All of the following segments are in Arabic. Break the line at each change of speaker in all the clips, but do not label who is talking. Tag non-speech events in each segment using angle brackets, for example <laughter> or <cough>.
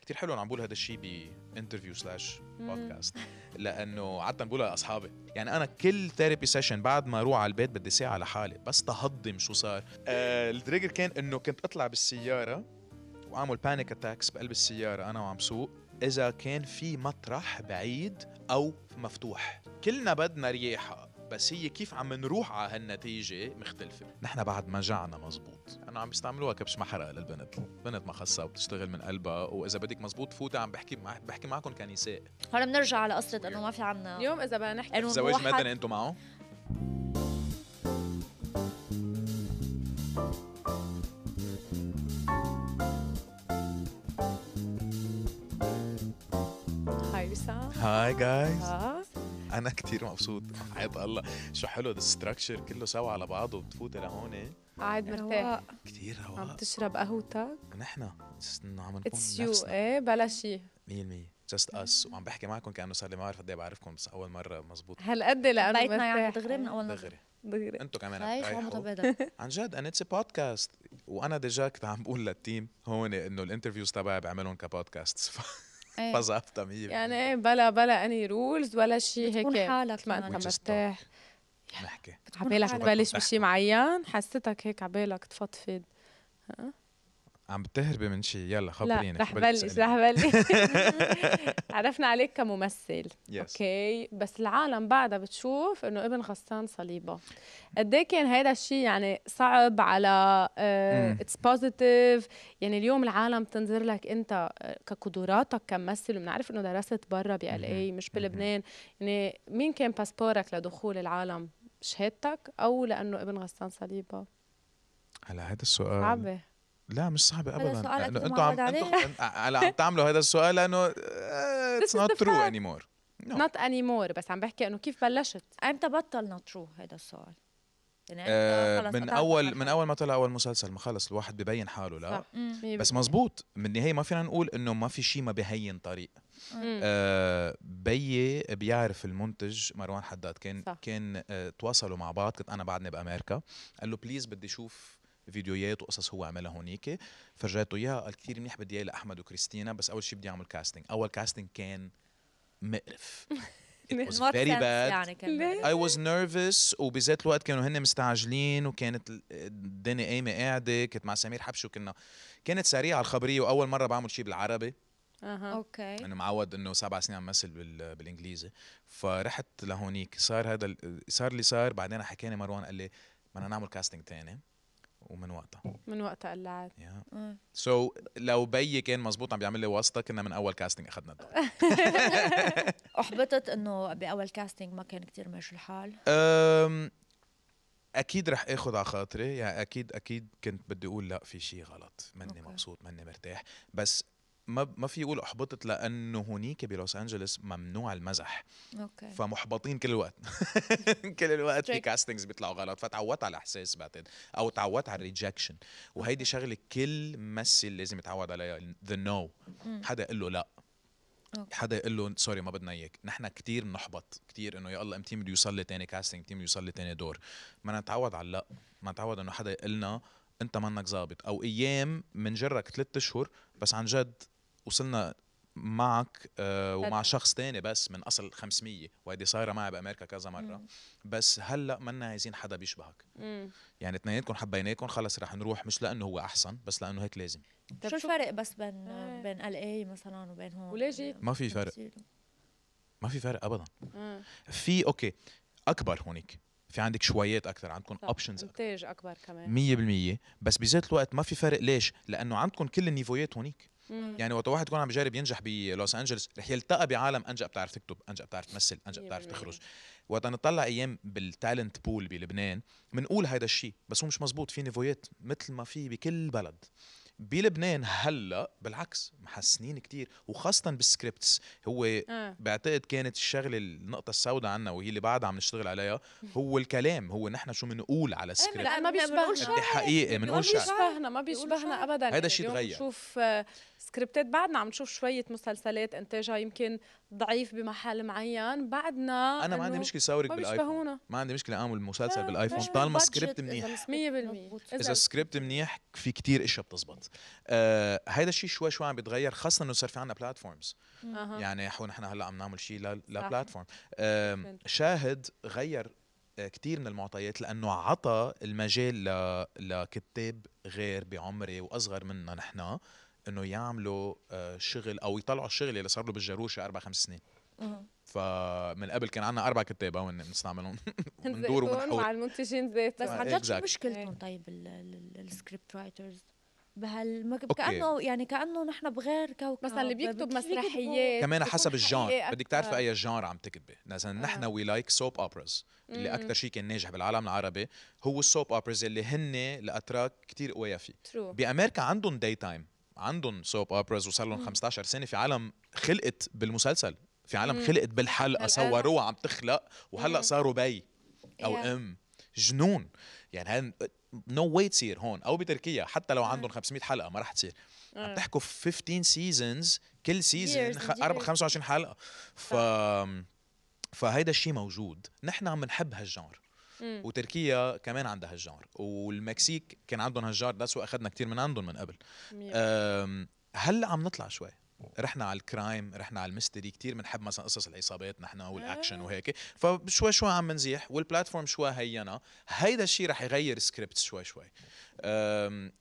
كتير حلو انا عم بقول هذا الشيء بانترفيو سلاش بودكاست لانه عاده بقولها لاصحابي يعني انا كل ثيرابي سيشن بعد ما اروح على البيت بدي ساعه لحالي بس تهضم شو صار آه التريجر كان انه كنت اطلع بالسياره واعمل بانيك اتاكس بقلب السياره انا وعم سوق اذا كان في مطرح بعيد او مفتوح كلنا بدنا رياحه بس هي كيف عم نروح على هالنتيجة مختلفة نحن بعد ما جعنا مزبوط أنا عم بيستعملوها كبش محرقة للبنت البنت ما خصها وبتشتغل من قلبها وإذا بدك مزبوط فوتي عم بحكي مع... بحكي معكم كنساء
هلا بنرجع على قصه انه ما في عنا
اليوم اذا بدنا نحكي
قانون
زواج
موحد.
مدني أنتم معه
هاي وسام
هاي جايز
ها
أنا كتير مبسوط حياة الله شو حلو الستراكشر كله سوا على بعضه بتفوتي لهون
قاعد مرتاح
رواق.
كتير
عم
رواق
تشرب قهوتك
نحن just إنه عم نكون
اتس يو
نفسنا
ايه بلا شيء
100% جاست اس وعم بحكي معكم كأنه صار لي ما بعرف قد إيه بعرفكم بس أول مرة مزبوط
هالقد لانه
بيتنا يعني
مرتاح.
دغري من اول نظره
دغري
دغري
انتم كمان عم
خايف
تريحوا.
عمره بيضة
عن جد انا اتس بودكاست وانا ديجا كنت عم بقول للتيم هون انه الانترفيوز تبعي بعملهم <laughs> كبودكاست
إيه.
فظبطها 100%
يعني ايه بلا بلا اني رولز ولا شيء هيك
بتكون حالك
مثل ما انت
كمان.
مرتاح
نحكي
عبالك
حالك.
تبلش بشي معين حسيتك هيك عبالك تفضفض
عم بتهربي من شيء يلا
لا
خبريني
رح بلش رح بلش
<laughs>
<laughs> عرفنا عليك كممثل
يس
اوكي بس العالم بعدها بتشوف انه ابن غسان صليبه قد ايه كان هذا الشيء يعني صعب على
مم.
اتس بوزيتيف يعني اليوم العالم تنظر لك انت آه، كقدراتك كممثل وبنعرف انه درست برا بال اي مش بلبنان يعني مين كان باسبورك لدخول العالم شهادتك او لانه ابن غسان صليبه
هلا هذا السؤال
صعبه
لا مش صعب ابدا
السؤال
لأنه
أكيد
انتوا عم
معود
انتوا هلا عم تعملوا هذا السؤال eh، لانه
This
اتس
is
نوت
the
ترو
fact.
اني مور
نوت اني مور بس عم بحكي انه كيف بلشت
امتى بطل نوت ترو هذا السؤال؟ يعني إمتى خلص
آه، من
قطعت
اول
المرحلة؟
من اول ما طلع اول مسلسل ما خلص الواحد ببين حاله لا
صح.
مم.
آه. بس مزبوط من النهايه ما فينا نقول انه ما في شيء ما بهين طريق
مم.
آه بيي بيعرف المنتج مروان حداد كان
صح.
صح. كان آه تواصلوا مع بعض كنت انا بعدني بامريكا قال له بليز بدي اشوف فيديوهات وقصص هو عملها هونيك فرجيته اياها قال كثير منيح بدي اياها لاحمد وكريستينا بس اول شيء بدي اعمل كاستنج اول كاستنج كان مقرف It was
What
very
sense
bad.
يعني كان
ليه؟
I was nervous وبذات الوقت كانوا هن مستعجلين وكانت ال- الدنيا قايمه قاعده كنت مع سمير حبشي وكنا كانت سريعه الخبريه واول مره بعمل شيء بالعربي آه.
اها
اوكي
انا معود انه سبع سنين عم مثل بال- بالانجليزي فرحت لهونيك صار هذا ال- صار اللي صار بعدين حكاني مروان قال لي بدنا نعمل كاستنج تاني ومن وقتها
من وقتها قلعت
يا
مم.
سو so, لو بيي كان مزبوط عم بيعمل لي واسطه كنا من اول كاستنج اخذنا الدور
احبطت انه باول كاستنج ما كان كتير ماشي الحال
أم، اكيد رح اخذ على خاطري يعني اكيد اكيد كنت بدي اقول لا في شيء غلط ماني
أوكي.
مبسوط ماني مرتاح بس ما ما في اقول احبطت لانه هونيك بلوس انجلوس ممنوع المزح
اوكي
فمحبطين كل الوقت <laughs> كل الوقت في
Trick.
كاستنجز بيطلعوا غلط فتعودت على الاحساس بعتقد او تعودت على الريجكشن وهيدي شغله كل ممثل لازم يتعود عليها ذا نو
مم.
حدا يقول له لا
أوكي.
حدا يقول له سوري ما بدنا اياك نحن كثير بنحبط كثير انه يا الله امتى بده يوصل لي ثاني كاستنج امتى بده يوصل لي ثاني دور ما نتعود على لا ما نتعود انه حدا يقول لنا انت منك ظابط او ايام منجرك ثلاث اشهر بس عن جد وصلنا معك آه ومع
هلا.
شخص تاني بس من اصل 500 وهيدي صايره معي بامريكا كذا مره بس هلا منا عايزين حدا بيشبهك
مم.
يعني اثنيناتكم حبيناكم خلص رح نروح مش لانه هو احسن بس لانه هيك لازم
طب
شو
شو-
الفرق بس بين
إيه.
بين ال اي مثلا وبين هون
وليه جيت؟
ما في فرق ما في فرق ابدا
آه.
في اوكي اكبر هونيك في عندك شويات اكثر عندكم
صح.
اوبشنز
انتاج اكبر كمان
مية بالمية بس بذات الوقت ما في فرق ليش؟ لأنه عندكم كل النيفويات هونيك
مم.
يعني وقت واحد يكون عم بجرب ينجح بلوس أنجلوس رح يلتقى بعالم أنجا بتعرف تكتب أنجا بتعرف تمثل أنجا
مية
بتعرف
بالمية.
تخرج وقت نطلع أيام بالتالنت بول بلبنان بنقول هيدا الشيء بس هو مش مزبوط في نيفويات مثل ما في بكل بلد بلبنان هلا بالعكس محسنين كتير وخاصة بالسكريبتس هو
آه.
بعتقد كانت الشغلة النقطة السوداء عنا وهي اللي بعد عم نشتغل
<laughs>
عليها هو الكلام هو نحن شو بنقول على السكريبت
لا، ما بيشبه.
قد حقيقي
ما
بنقول إيه، شعر
بيشبهنا ما بيشبهنا يعني ابدا
هيدا الشي
اليوم
تغير.
بنشوف آه، سكريبتات بعدنا عم نشوف شويه مسلسلات انتاجها يمكن ضعيف بمحل معين بعدنا
انا ما عندي
آه، إنه
مشكله صورك
ما
بالايفون
بيشبهونا
ما عندي مشكله اعمل مسلسل
لا،
بالايفون
لا،
طالما
budget
سكريبت
إذا
منيح
السكريبت
100%
مضبوط.
اذا
اذا
السكريبت منيح في كتير اشياء بتزبط بالضبط آه هيدا الشيء شوي شوي عم بيتغير خاصه انه صار في عندنا بلاتفورمز
أها.
يعني حو نحن هلا عم نعمل شيء ل-
صح.
لبلاتفورم آم،
فهمت.
شاهد غير كثير من المعطيات لانه عطى المجال ل... لكتاب غير بعمري واصغر منا نحن انه يعملوا آه، شغل او يطلعوا الشغل اللي صار له بالجروشه اربع خمس سنين
مهم.
فمن قبل كان عندنا اربع كتاب هون بنستعملهم <laughs> بندور
زيتون
وبنحول
مع المنتجين زيت
بس
آه،
عن جد شو
exact.
مشكلتهم
إيه.
طيب السكريبت رايترز بهال
أوكي.
كانه يعني كانه نحن بغير كوكب
مثلا اللي بيكتب
كيف يكتبوا؟
مسرحيات
كمان
بيكون
حسب
حقيقي
الجانر بدك تعرف
إيه، أكتر.
اي جانر عم تكتبي مثلا نحن
آه.
وي لايك سوب اوبرز اللي
مم.
اكثر شيء كان ناجح بالعالم العربي هو السوب اوبرز اللي هن الاتراك كتير قوية فيه
True.
بامريكا عندهم داي تايم عندهم سوب اوبرز وصار لهم 15 سنه في عالم خلقت بالمسلسل في عالم
مم.
خلقت بالحلقه
هلأ.
صوروها عم تخلق وهلا
مم.
صاروا بي او
Yeah.
ام جنون يعني هن نو واي تصير هون او بتركيا حتى لو
آه.
عندهم 500 حلقه ما رح تصير عم
آه.
تحكوا في 15 سيزونز كل سيزون
Years and years.
25 حلقه ف فهيدا الشيء موجود نحن عم نحب هالجانر
مم.
وتركيا كمان عندها هالجانر والمكسيك كان عندهم هالجانر بس واخذنا كتير من عندهم من قبل
مية.
آه، أم، هلا عم نطلع شوي رحنا على الكرايم رحنا على الميستري كتير بنحب مثلا قصص العصابات نحن والاكشن
آه.
وهيك فشوي شوي عم نزيح والبلاتفورم شوي هينا هيدا الشيء رح يغير سكريبت شوي شوي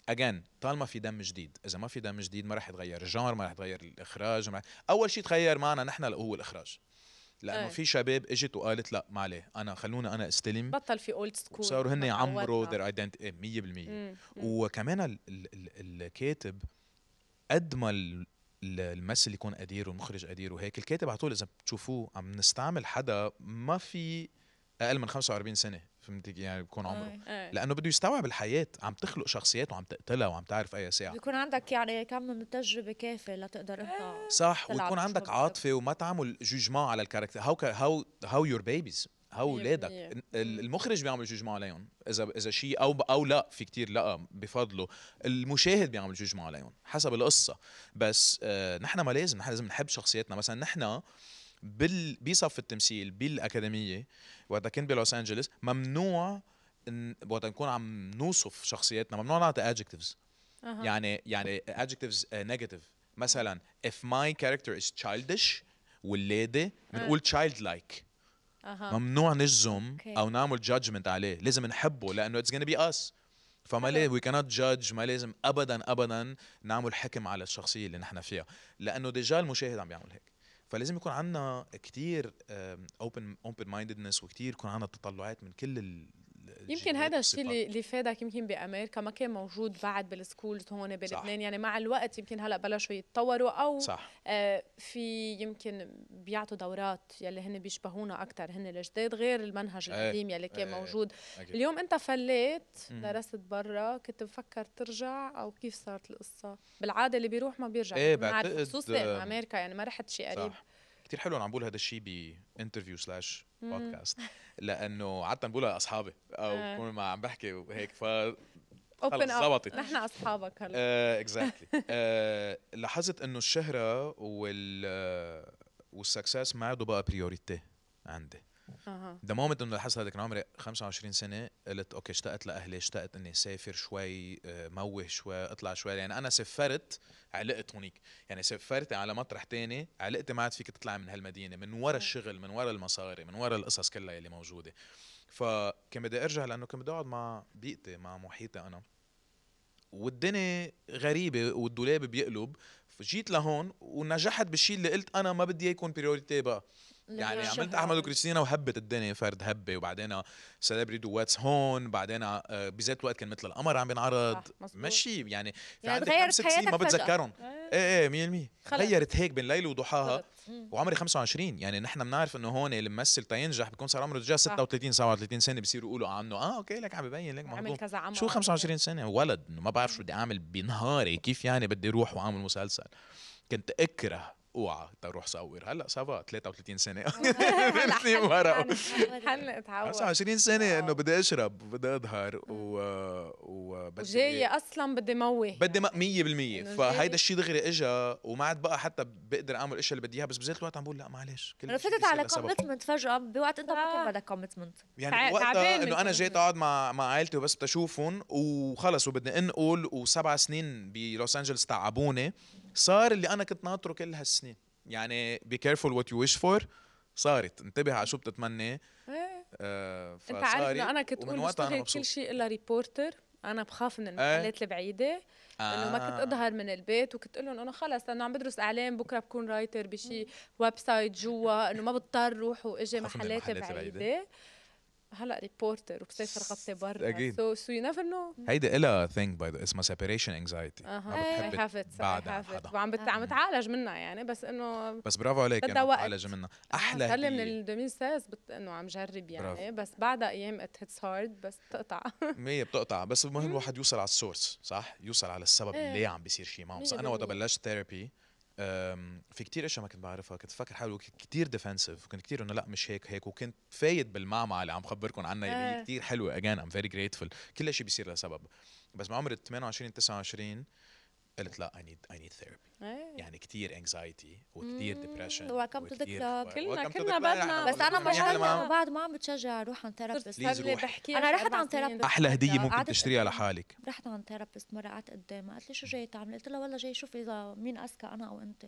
اجين طالما في دم جديد اذا ما في دم جديد ما رح يتغير الجانر ما رح يتغير الاخراج ما رح... اول شيء تغير معنا نحن اللي هو الاخراج لانه
إيه.
في شباب اجت وقالت لا ما عليه انا خلوني انا استلم
بطل في اولد سكول
صاروا هن يعمروا ذير ايدنتيتي 100% إيه، وكمان ال- ال- ال- الكاتب قد ما ال- ال- الممثل يكون قدير والمخرج قدير وهيك الكاتب على طول اذا بتشوفوه عم نستعمل حدا ما في اقل من 45 سنه فهمت كيف؟ يعني بكون عمره
آه.
إيه.
لانه بده يستوعب الحياه عم تخلق شخصيات وعم تقتلها وعم تعرف اي ساعه
بيكون عندك يعني كم من التجربه كافيه لتقدر
إيه.
انت
صح
تلعب
ويكون
شو
عندك
بدك.
عاطفه وما تعمل جوجمون على الكاركتر هاو هاو هاو يور بيبيز هاو
مية
اولادك
بالمية.
ال- المخرج بيعمل جوجمون عليهم اذا اذا شيء او او لا في كتير لا بفضله المشاهد بيعمل جوجمون عليهم حسب القصه بس آه نحن ما لازم نحن لازم نحب شخصياتنا مثلا نحن بال بصف التمثيل بالاكاديميه وقتها كنت بلوس انجلوس ممنوع إن- وقتها نكون عم نوصف شخصياتنا ممنوع نعطي adjectives يعني يعني adjectives نيجاتيف مثلا if my character is childish واللادة بنقول
أه.
childlike
اها
ممنوع نجزم
Okay.
او نعمل judgment عليه لازم نحبه لانه it's gonna be us فما ليه وي كانت جادج ما لازم ابدا ابدا نعمل حكم على الشخصيه اللي نحن فيها لانه ديجا المشاهد عم بيعمل هيك فلازم يكون عندنا كتير اوبن اوبن ماينددنس وكتير يكون عندنا تطلعات من كل ال
يمكن هذا الشيء اللي اللي فادك يمكن بامريكا ما كان موجود بعد بالسكولز هون بلبنان يعني مع الوقت يمكن هلا بلشوا يتطوروا او
صح
آه، في يمكن بيعطوا دورات يلي هن بيشبهونا اكثر هن الجداد غير المنهج
إيه،
القديم يلي كان
إيه، إيه.
موجود
أكيد.
اليوم انت فليت
مم.
درست برا كنت مفكر ترجع او كيف صارت القصه بالعاده اللي بيروح ما بيرجع
إيه،
ما عارف،
بعتقد،
خصوصا
آه،
امريكا يعني ما رحت شيء قريب
صح كثير حلو عم بقول هذا الشيء بانترفيو سلاش بودكاست لانه عاده بقولها لاصحابي او
آه.
بكون مع عم بحكي وهيك ف
اوبن
خلص،
اب
زبطت. إيه.
نحن اصحابك هلا
اكزاكتلي آه، لاحظت انه الشهره وال آه، والسكسس ما عادوا بقى بريوريتي عندي
اها
ذا مومنت انه لاحظت هذا كان عمري 25 سنه قلت اوكي اشتقت لاهلي اشتقت اني سافر شوي آه، موه شوي اطلع شوي يعني انا سافرت علقت هونيك يعني سافرت على مطرح تاني علقتي ما عاد فيك تطلع من هالمدينه من ورا الشغل من ورا المصاري من ورا القصص كلها اللي موجوده فكان بدي ارجع لانه كنت بدي اقعد مع بيئتي مع محيطي انا والدنيا غريبه والدولاب بيقلب فجيت لهون ونجحت بالشيء اللي قلت انا ما بدي إياه يكون بريوريتي بقى يعني
لبنان.
عملت احمد وكريستينا وهبت الدنيا فرد هبه وبعدين سيلبريتي واتس هون بعدين آه، بذات الوقت كان مثل القمر عم بينعرض
صح، مزبوط.
ماشي يعني في
يعني
عندك
تغيرت
خمس سنين ما
حياتك فجأة.
بتذكرهم ايه ايه 100%
خلص.
غيرت هيك بين ليل وضحاها
خلص.
وعمري 25 يعني نحن بنعرف انه هون الممثل تينجح بيكون صار عمره دجا 36 37 سنه بصيروا يقولوا عنه اه اوكي لك عم ببين لك
عمل
مهضوم.
كذا عمل
شو 25 سنه ولد إنه ما بعرف شو بدي اعمل بنهاري كيف يعني بدي اروح واعمل مسلسل كنت اكره اوعى تروح صور هلا سافا 33
<laughs>
<laughs> سنه
هلا
فهمتني
حلقة
ورقه
يعني.
حلق
بس
تعود
20 سنه
واو.
انه بدي اشرب بدي اظهر و وبدي
وجاية اصلا بدي موه
بدي ما 100%
إنه
فهيدا
جاي-
الشيء دغري اجا وما عاد بقى حتى بقدر اعمل الاشياء اللي بدي اياها بس بذات الوقت عم بقول لا معلش كل
لو
شيء
فتت
بيصير
على
له سبب.
كوميتمنت فجأة بوقت انت ما
آه.
كان بدك كوميتمنت
يعني
تع-
وقتها
تعبان
انه انا
من
جيت
كل-
اقعد مع مع عائلتي وبس بدي اشوفهم وخلص وبدنا انقل وسبع سنين بلوس انجلوس تعبوني صار اللي انا كنت ناطره كل هالسنين يعني بي كيرفول وات يو ويش فور صارت انتبه على شو بتتمنى
إيه.
آه
انت عارف
فصارت،
انه انا كنت
ومن
اقول
وقتها أنا
بشتغل
مبسوط. إيه؟
كل شيء الا ريبورتر انا بخاف من المحلات البعيده انه ما كنت
آه.
اظهر من البيت وكنت اقول لهم انه خلص لانه عم بدرس اعلام بكره بكون رايتر بشي ويب سايت جوا انه ما بضطر روح واجي
بخاف من
محلات
المحلات البعيدة.
بعيده هلا ريبورتر وبسافر غطي
<laughs>
برا
أكيد.
سو سو يو نيفر نو
هيدا إلها ثينك باي اسمها سيبريشن انكزايتي ما
اها
بتحب
إيه، حافظ
بعدها عن حدا.
وعم بت- عم بتعالج منها يعني بس انه
بس برافو عليك
بدها
يعني
وقت.
بتعالج منها احلى
صار لي من
هدية.
ال 2016 بت... انه عم جرب يعني
برافو.
بس بعدها ايام ات هيتس هارد بس
<laughs>
بتقطع
مية بتقطع بس المهم الواحد يوصل على السورس صح يوصل على السبب
إيه.
ليه عم بيصير شيء معه
مية
بس انا وقت
بالمية.
بلشت ثيرابي في كتير اشياء ما كنت بعرفها كنت فكر حالي كتير ديفنسيف وكنت كتير انه لا مش هيك هيك وكنت فايت بالمعمعة اللي عم خبركم عنها اللي هي
إيه.
كتير حلوه اجان ام فيري جريتفul كل شيء بيصير لسبب بس مع عمر 28 29 قلت لا اي نيد اي نيد ثيرابي
إيه.
يعني كتير انكزايتي وكتير ديبرشن
welcome to the club.
كلنا- كلنا بدنا.
طيب،
بس انا
يعني أنا ما-
مشاهدة بعد ما عم بتشجع اروح عن ثيرابيست
Please
صار لي
روح.
بحكي
أنا
من
رحت
أربع
عن
سنين.
therapist.
احلى هديه ممكن
قعدت
تشتريها
يعني.
قدام.
لحالك
رحت عن ثيرابيست مرة قعدت قدامها قالت لي شو جاي تعمل؟ قلت لها والله جاي شوف اذا مين اذكى انا او انت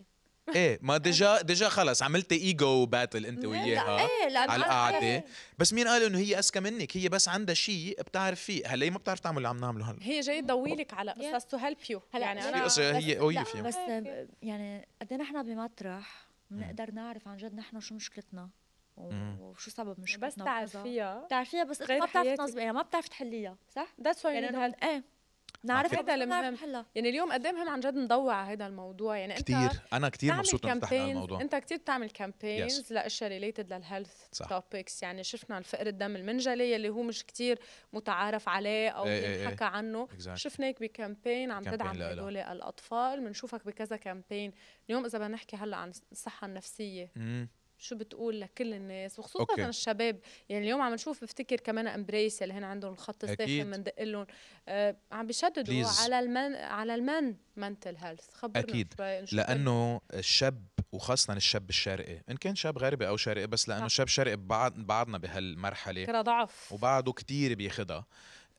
ايه
<laughs>
ما ديجا ديجا خلص عملتي ايجو باتل انت
لا،
وياها
ايه لأنه
على
أنا-
القعده
إيه.
بس مين قال انه هي اذكى منك هي بس عندها شيء بتعرف فيه هلا هي ما بتعرف تعمل اللي عم نعمله
إيه.
هلا
هي جاي تضويلك على
Yeah.
قصص تو هيلب يو
هلا
يعني
في
انا
قصة هي
بس-
قوية
لا،
فيها.
بس
أوكي.
يعني قد إيه نحن بمطرح بنقدر نعرف عن جد نحن شو مشكلتنا و-
مم.
وشو سبب مشكلتنا
بس
وكذا.
تعرفيها
بتعرفيها بس انت
غير
ما بتعرفي
حياتك.
تنظميها ما بتعرفي تحليها صح؟
ذاتس واي
يعني
يعني
إنه- ايه نعرف
فكرة.
هذا
هيدا المهم.
نحلها
يعني اليوم قد ايه مهم عن جد ندور على هذا الموضوع يعني
كثير
انت
انا كثير
بتعمل
مبسوط انه فتحنا على
campaigns-
الموضوع
انت كثير بتعمل كامبينز
Yes.
لاشياء ريليتد للهيلث
صح.
توبكس يعني شفنا الفقر الدم المنجلي اللي هو مش كثير متعارف عليه او
إيه، إيه،
ينحكى عنه
Exactly.
شفناك بكامبين عم
Campaign
تدعم
لإلها.
هدول الاطفال بنشوفك بكذا كامبين اليوم اذا بدنا نحكي هلا عن الصحه النفسيه
مم.
شو بتقول لكل الناس وخصوصا
أوكي.
أوكي. الشباب يعني اليوم عم نشوف بفتكر كمان امبريس اللي هن عندهم الخط
أكيد.
الساخن بندق لهم آه عم بيشددوا
Please.
على المن على المن منتل هيلث خبرنا
أكيد.
شوي، نشوف
لانه الشاب وخاصه الشاب الشرقي ان كان شاب غربي او شرقي بس لانه
صح.
شاب شرقي بعض بعضنا بهالمرحله
فكرة ضعف
وبعده كتير بياخدها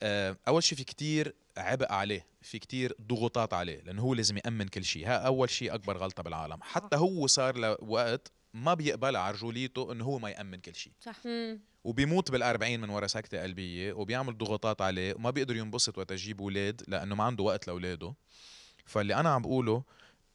آه، اول شيء في كتير عبء عليه في كتير ضغوطات عليه لانه هو لازم يامن كل شيء ها اول شيء اكبر غلطه بالعالم حتى هو صار لوقت ما بيقبلها على رجوليته انه هو ما يامن كل شيء
صح
أيوة.
مم.
وبيموت بالأربعين من ورا سكتة قلبية وبيعمل ضغوطات عليه وما بيقدر ينبسط وقت يجيب أولاد لأنه ما عنده وقت لأولاده فاللي أنا عم بقوله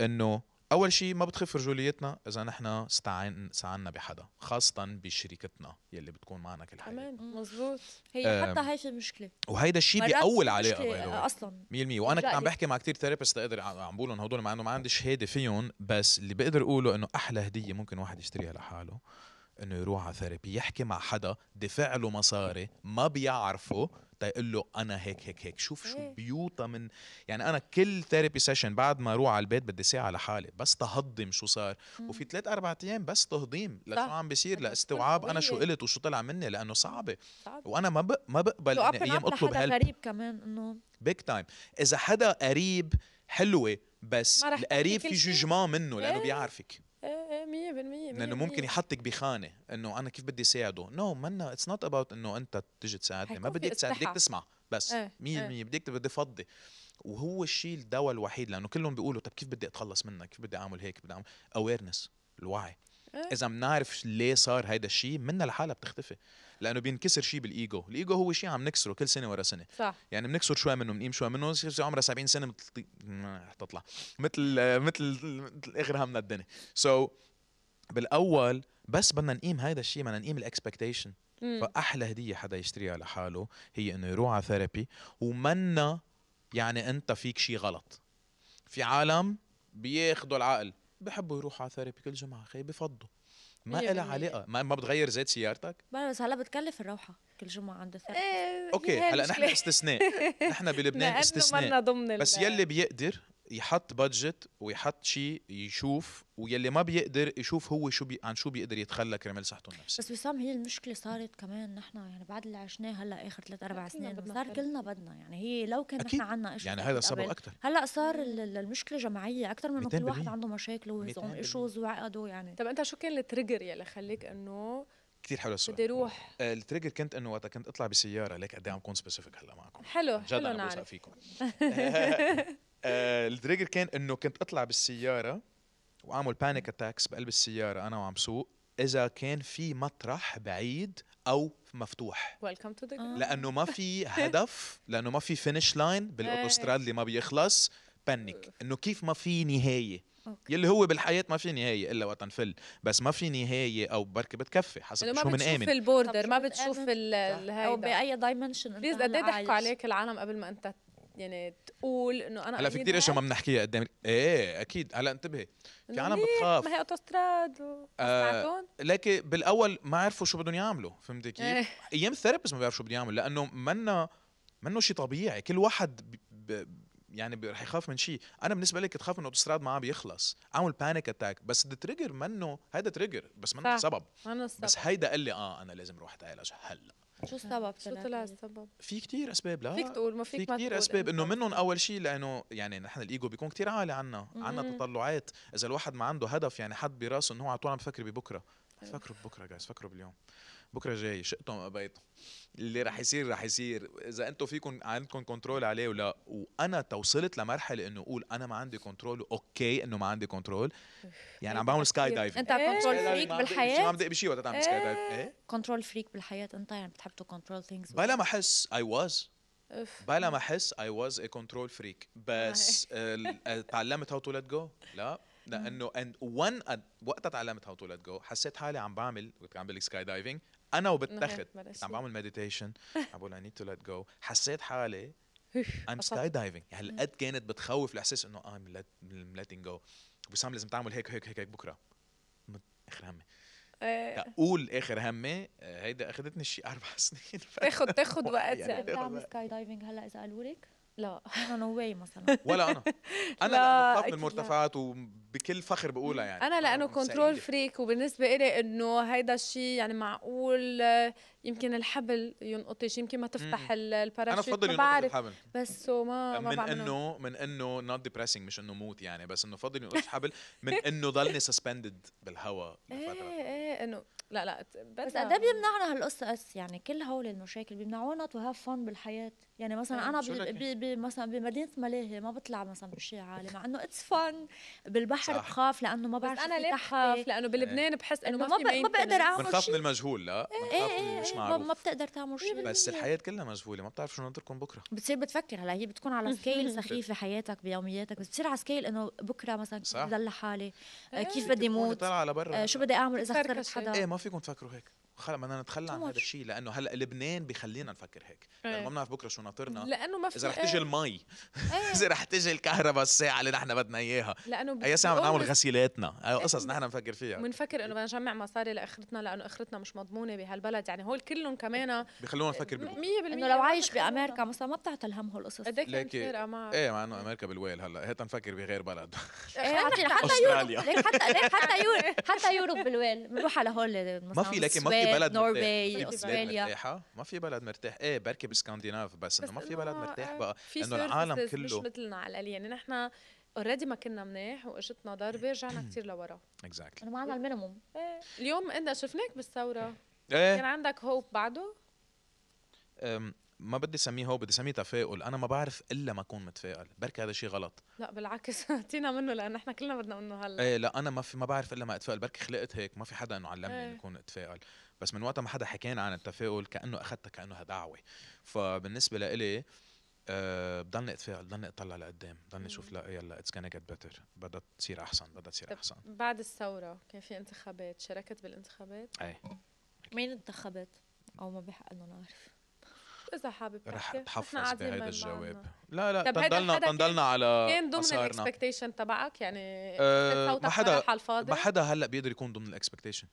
إنه أول شيء ما بتخف رجوليتنا إذا نحن استعن استعنا بحدا خاصة بشريكتنا يلي بتكون معنا كل حياتنا
كمان مزبوط
آه.
هي حتى هاي في المشكله
وهيدا الشيء
مرات
بيقوي
في
العلاقة
مشكلة
by the way.
اصلا
100% وانا كنت عم
برأيك.
بحكي مع كتير ثيرابيست اقدر عم بقول لهم هدول مع انه ما عندي شهاده فيهم بس اللي بقدر اقوله انه احلى هديه ممكن واحد يشتريها لحاله انه يروح على ثيرابي يحكي مع حدا دفع له مصاري ما بيعرفه تيقول له انا هيك هيك هيك شوف شو
إيه.
بيوطى من يعني انا كل ثيرابي سيشن بعد ما اروح على البيت بدي ساعه لحالي بس تهضم شو صار وفي ثلاث اربع ايام بس تهضيم لشو
صح.
عم بيصير
بدك تكون
لاستوعاب انا
قوية.
شو
إيه.
قلت وشو طلع مني لانه صعبه
صعب
وانا ما بق- ما بقبل
لو
اني
اوبن
ايام
اب
اطلب
لحدا
هيلب
غريب كمان انه
بيج تايم اذا حدا قريب حلوه بس
ما رح تحكي
القريب
كل
في
شي.
جوجمان منه لانه
إيه.
بيعرفك
ايه ايه 100%
لانه ممكن يحطك بخانه انه انا كيف بدي ساعده نو no, منا اتس نوت اباوت انه انت تيجي تساعدني ما
حيكون في
بدك تساعد بدك
إصلاحات.
تسمع بس 100%
إيه، إيه.
بدك بدي فضي وهو الشيء الدواء الوحيد لانه كلهم بيقولوا طب كيف بدي اتخلص منك كيف بدي اعمل هيك بدي اعمل اويرنس الوعي
إيه.
اذا بنعرف ليه صار هيدا الشيء منا لحالها بتختفي لانه بينكسر شيء بالايجو الايجو هو شيء عم نكسره كل سنه ورا سنه
صح
يعني بنكسر شوي منه بنقيم شوي منه بصير عمرها 70 سنه بتطلع تطلع مثل آه، مثل مثل اغرها من الدنيا سو so, بالاول بس بدنا نقيم هذا الشيء بدنا نقيم الاكسبكتيشن
مم.
فاحلى هديه حدا يشتريها لحاله هي انه يروح على ثيرابي ومنا يعني انت فيك شيء غلط في عالم بياخدوا العقل بحبوا يروحوا على ثيرابي كل جمعه خي بفضوا ما لها
مية بالمية.
علاقه ما, ما بتغير زيت سيارتك
بقى بس هلا بتكلف الروحه كل جمعه عند الثيرابيست
ايه
اوكي
<laughs> هي
هلا نحن
المشكلة. <laughs>
استثناء نحن بلبنان
لأنه
استثناء
منا ضمن ال-
بس يلي بيقدر يحط بادجت ويحط شيء يشوف ويلي ما بيقدر يشوف هو شو بي عن شو بيقدر يتخلى كرمال صحته النفسية
بس وسام هي المشكله صارت كمان نحن يعني بعد اللي عشناه هلا اخر ثلاث اربع
كلنا
سنين
بدنا
صار
خير.
كلنا بدنا يعني هي لو كان
أكيد.
نحن عنا إشي
يعني
صارت
هذا سبب
قبل،
أكتر
هلا صار ال- ال- المشكله جماعيه اكثر من إنه كل
200%
واحد عنده مشاكله وهزهم
200%
ايشوز وعقده يعني
طب انت شو كان التريجر يلي خليك انه
كثير حلو السؤال
بدي روح
آه، التريجر كنت انه وقتها كنت اطلع بسياره ليك قد ايه عم كون سبيسيفيك هلا معكم
حلو
عن جد
حلو
انا بوثق
نعرف <laughs>
فيكم <laughs> آه، التريجر كان انه كنت اطلع بالسياره واعمل بانيك اتاكس بقلب السياره انا وعم سوق اذا كان في مطرح بعيد او مفتوح
ويلكم تو ذا
آه.
لانه ما
<laughs>
في هدف لانه ما في فينش لاين بالاوتوستراد اللي ما بيخلص بانيك انه كيف ما في نهايه
أوكي.
يلي هو بالحياه ما في نهايه الا وقت نفل بس ما في نهايه او بركي بتكفي حسب
انه ما
شو
بتشوف
بنآمن
طب
البوردر
شو
ما بتشوف
بتآمن؟
ال ال-
او
هيدا
باي دايمنشن
بليز قد ايه ضحكوا عليك العالم قبل ما انت يعني تقول انه انا
هلا في كثير اشياء ما بنحكيها قدام ايه اكيد هلا انتبهي في عالم بتخاف
ما هي اوتوستراد و... معكم
لكن بالاول ما عرفوا شو بدهم يعملوا فهمتي
إيه.
كيف؟ ايام الثيرابيست ما بيعرف شو بده يعمل لانه منا منه شيء طبيعي كل واحد ب... ب... يعني ب- رح يخاف من شيء انا بالنسبه لي كنت خاف انه الاوتوستراد معاه بيخلص اعمل بانيك اتاك بس التريجر منه هيدا تريجر بس منه
صح.
سبب
انا
بس
السبب
هيدا قال لي اه انا لازم اروح اتعالج هلا
شو السبب
شو طلع السبب
في كتير اسباب لا
فيك تقول ما
في
فيك ما
كثير
تقول
اسباب انه
أنت.
منهم اول شيء لانه يعني نحن الايجو بيكون كتير عالي عنا عنا
مم.
تطلعات اذا الواحد ما عنده هدف يعني حد براسه انه هو على طول عم بفكر ببكره
أيوة.
فكروا ببكره جايز فكروا باليوم بكره جاي شئتم ام ابيتم اللي رح يصير رح يصير اذا انتم فيكم عندكم كنترول عليه ولا وانا توصلت لمرحله انه اقول انا ما عندي كنترول اوكي انه ما عندي كنترول يعني عم بعمل سكاي دايفنج
انت كنترول
إيه.
فريك
ما عم
بالحياه
دق بشيء وقت عم سكاي دايف
إيه.
ايه
كنترول فريك بالحياه انت يعني بتحب تو كنترول ثينجز
بلا ما احس اي واز
أوف.
بلا ما احس اي واز ا كنترول فريك بس ال- تعلمت هاو تو ليت جو لا لانه اند وان وقتها تعلمت هاو تو ليت جو حسيت حالي عم بعمل كنت عم بعمل سكاي دايفنج انا وبالتخت
بلا
عم
شيء.
بعمل مديتيشن عم بقول اي نيد تو ليت جو حسيت حالي ام
أفضل.
سكاي دايفنج هالقد كانت بتخوف الاحساس انه ام ليتنج جو وسام لازم تعمل هيك هيك هيك هيك بكره م- اخر همي
إيه.
اقول اخر همي آه، هيدا اخذتني شي اربع <laughs> سنين
تاخد تاخد وقت
يعني.
يعني.
بتعمل سكاي دايفنج هلا اذا قالوا
<laughs>
لك؟
لا
انا نو واي مثلا
ولا
<laughs>
انا انا لانه
لا،
بخاف من
أكيد لا.
المرتفعات وبكل فخر بقولها يعني
انا لانه
سعيدة.
كنترول فريك وبالنسبه إلي انه هيدا الشيء يعني معقول آه، يمكن الحبل ينقطش يمكن ما تفتح
مم.
ال- الباراشوت
انا بفضل
ما
ينقطع
بعرف
الحبل
بس سو
آه،
ما ما
من
بعمل
انه من انه نوت ديبريسنج مش انه موت يعني بس انه بفضل ينقطع الحبل
<laughs>
من انه ضلني سسبندد بالهواء
ايه
إيه،
لفتره
ايه انه لا لا
بس قد ايه بيمنعنا هالقصص يعني كل هول المشاكل بيمنعونا تو هاف فن بالحياه يعني مثلا
إيه.
انا
طيب، شو
بي
لك؟
بي بي مثلا بمدينه ملاهي ما بطلع مثلا بشي عالي مع انه اتس فن بالبحر
صح.
بخاف لانه ما
بس
بعرف شو
انا
في
ليه
تحتي.
بخاف لانه
إيه.
بلبنان بحس انه ما
ب-
في
ما بقدر
maintenance.
اعمل
بنخاف
شيء
من المجهول لا
ايه
بنخاف من
ايه
مش
إيه، ما- ما إيه.
معروف
بتقدر تعمل شيء
بس الحياه كلها مجهوله ما بتعرف شو ناطركم بكره
بتصير بتفكر هلا هي بتكون
<laughs>
على سكيل سخيفه حياتك بيومياتك بس بتصير على سكيل انه بكره مثلا كيف
صح. طيب،
بدي ضل لحالي آه،
إيه.
كيف بدي
تكوني
موت
طالعه على
آه،
برا
شو بدي اعمل اذا خسرت
فركشة.
ايه
حدا
ما فيكم تفكروا هيك خلص بدنا نتخلى عن
Too
هذا
much.
الشيء لانه هلا لبنان بيخلينا نفكر هيك لانه
إيه.
ما بنعرف بكره شو ناطرنا
لانه ما في
اذا رح
إيه.
تجي المي <laughs> اذا رح تجي الكهرباء الساعه اللي نحن بدنا اياها
لانه
اي ساعه بدنا نعمل
always
غسيلاتنا
إيه.
هاي قصص نحن بنفكر فيها
بنفكر انه بدنا نجمع مصاري لاخرتنا لانه اخرتنا مش مضمونه بهالبلد يعني هول كلهم كمان 100%
بخلونا نفكر بال
انه لو عايش بامريكا مثلا ما بتعطى الهم هالقصص
قد ايه كان
ليكي-
كثير امار
ايه مع انه امريكا بالويل هلا هات نفكر بغير بلد
إيه،
ايه عطينا حتى
استراليا
ليك حتى ليك حتى يورو حتى يورو بالويل بنروح على هول
ما في لكن ما في بلد
نورفي
مرتاح. في بلاد
استراليا
مرتاحه ما في بلد مرتاح ايه بركي بالسكندناف بس انه
بس
ما في بلد
إنه
مرتاح
إيه،
بقى
في
إنه العالم
services
كله-
مش مثلنا على القليل يعني نحن اوريدي ما كنا منيح واجتنا ضربه رجعنا
<clears throat>
كثير لورا
اكزاكتلي
انه ما عندنا المينيموم
إيه، اليوم انت شفناك بالثوره كان
ايه
عندك هوب بعده
أم، ما بدي اسميه هو بدي اسميه تفاؤل انا ما بعرف الا ما اكون متفائل بركي هذا شيء غلط
لا بالعكس <laughs> اعطينا منه لان احنا كلنا بدنا منه هلا
ايه لا انا ما في ما بعرف الا ما اتفائل بركي خلقت هيك ما في حدا انه علمني
إيه.
انه اكون اتفائل بس من وقت ما حدا حكينا عن التفاؤل كانه اخذتها كانها دعوه فبالنسبه لإلي أه بضلني اتفائل بضلني اطلع لقدام بضلني اشوف لا يلا اتس gonna get better بدها تصير احسن بدها تصير
طب،
احسن
بعد الثوره كان في انتخابات شاركت بالانتخابات
ايه
مين انتخبت او ما بحق انه نعرف
اذا حابب
رح
تحكي. نحن
اتحفظ
قاعدين
بهيدا
مع
الجواب آه،
بعضنا.
لا لا
طب هيدا
تنضلنا
الحدا
تنضلنا على
كان ضمن
مسارنا
الاكسبكتيشن تبعك يعني
أه،
حسيت صوتك
ما حدا-
صراحة على الفاضي
ما حدا هلا بيقدر يكون ضمن الاكسبكتيشن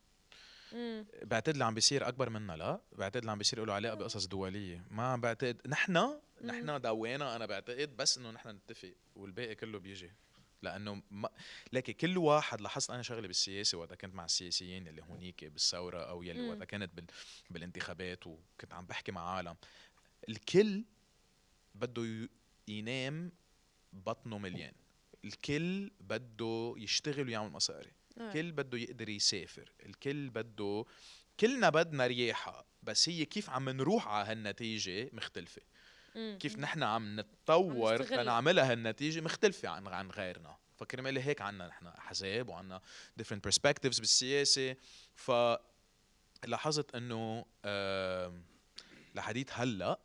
مم.
بعتقد اللي عم بيصير اكبر منا لا بعتقد اللي عم بيصير له علاقه بقصص دوليه ما عم بعتقد نحن نحن دوانا انا بعتقد بس انه نحن نتفق والباقي كله بيجي لانه ما لكن كل واحد لاحظت انا شغلي بالسياسه وقتها كنت مع السياسيين اللي هونيك بالثوره او يلي
مم.
وقتها كانت بال... بالانتخابات وكنت عم بحكي مع عالم الكل بده ي- ينام بطنه مليان الكل بده يشتغل ويعمل مصاري
آه.
الكل بده يقدر يسافر الكل بده كلنا بدنا رياحة بس هي كيف عم نروح على هالنتيجة مختلفة
مم.
كيف نحن عم نتطور
عم نشتغل.
لنعملها هالنتيجة مختلفة عن عن غيرنا فكرمال هيك عنا نحن أحزاب وعنا different perspectives بالسياسة فلاحظت إنه آم، لحديت هلا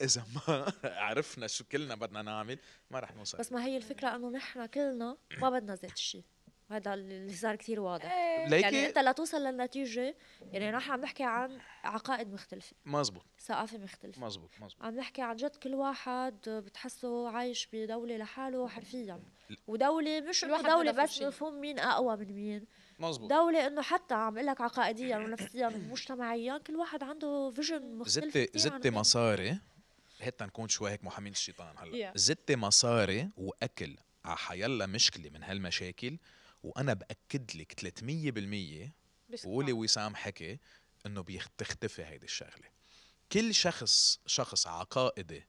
إذا ما <laughs> عرفنا شو كلنا بدنا نعمل ما رح نوصل
بس ما هي الفكره انه نحن كلنا ما بدنا ذات الشيء هذا اللي صار كثير واضح
ليكي-
يعني انت لتوصل للنتيجه يعني نحن عم نحكي عن عقائد مختلفه
مزبوط
ثقافه مختلفه
مزبوط مزبوط
عم نحكي عن جد كل واحد بتحسه عايش بدولة لحاله حرفيا ودولة مش إنه
الواحد
دولة
بده
بس
فيه.
مفهوم مين أقوى من مين
مزبوط
دولة إنه حتى عم اقول لك عقائديا ونفسيا ومجتمعيا كل واحد عنده فيجن مختلف
زدتي
كتير عن
زدتي
التاني.
مصاري حتى نكون شوي هيك محامين الشيطان هلا
Yeah.
زدتي مصاري واكل ع حيلا مشكله من هالمشاكل وانا باكد لك 300%
بس-
وقولي وسام حكي انه بتختفي هيدي الشغله كل شخص شخص عقائدي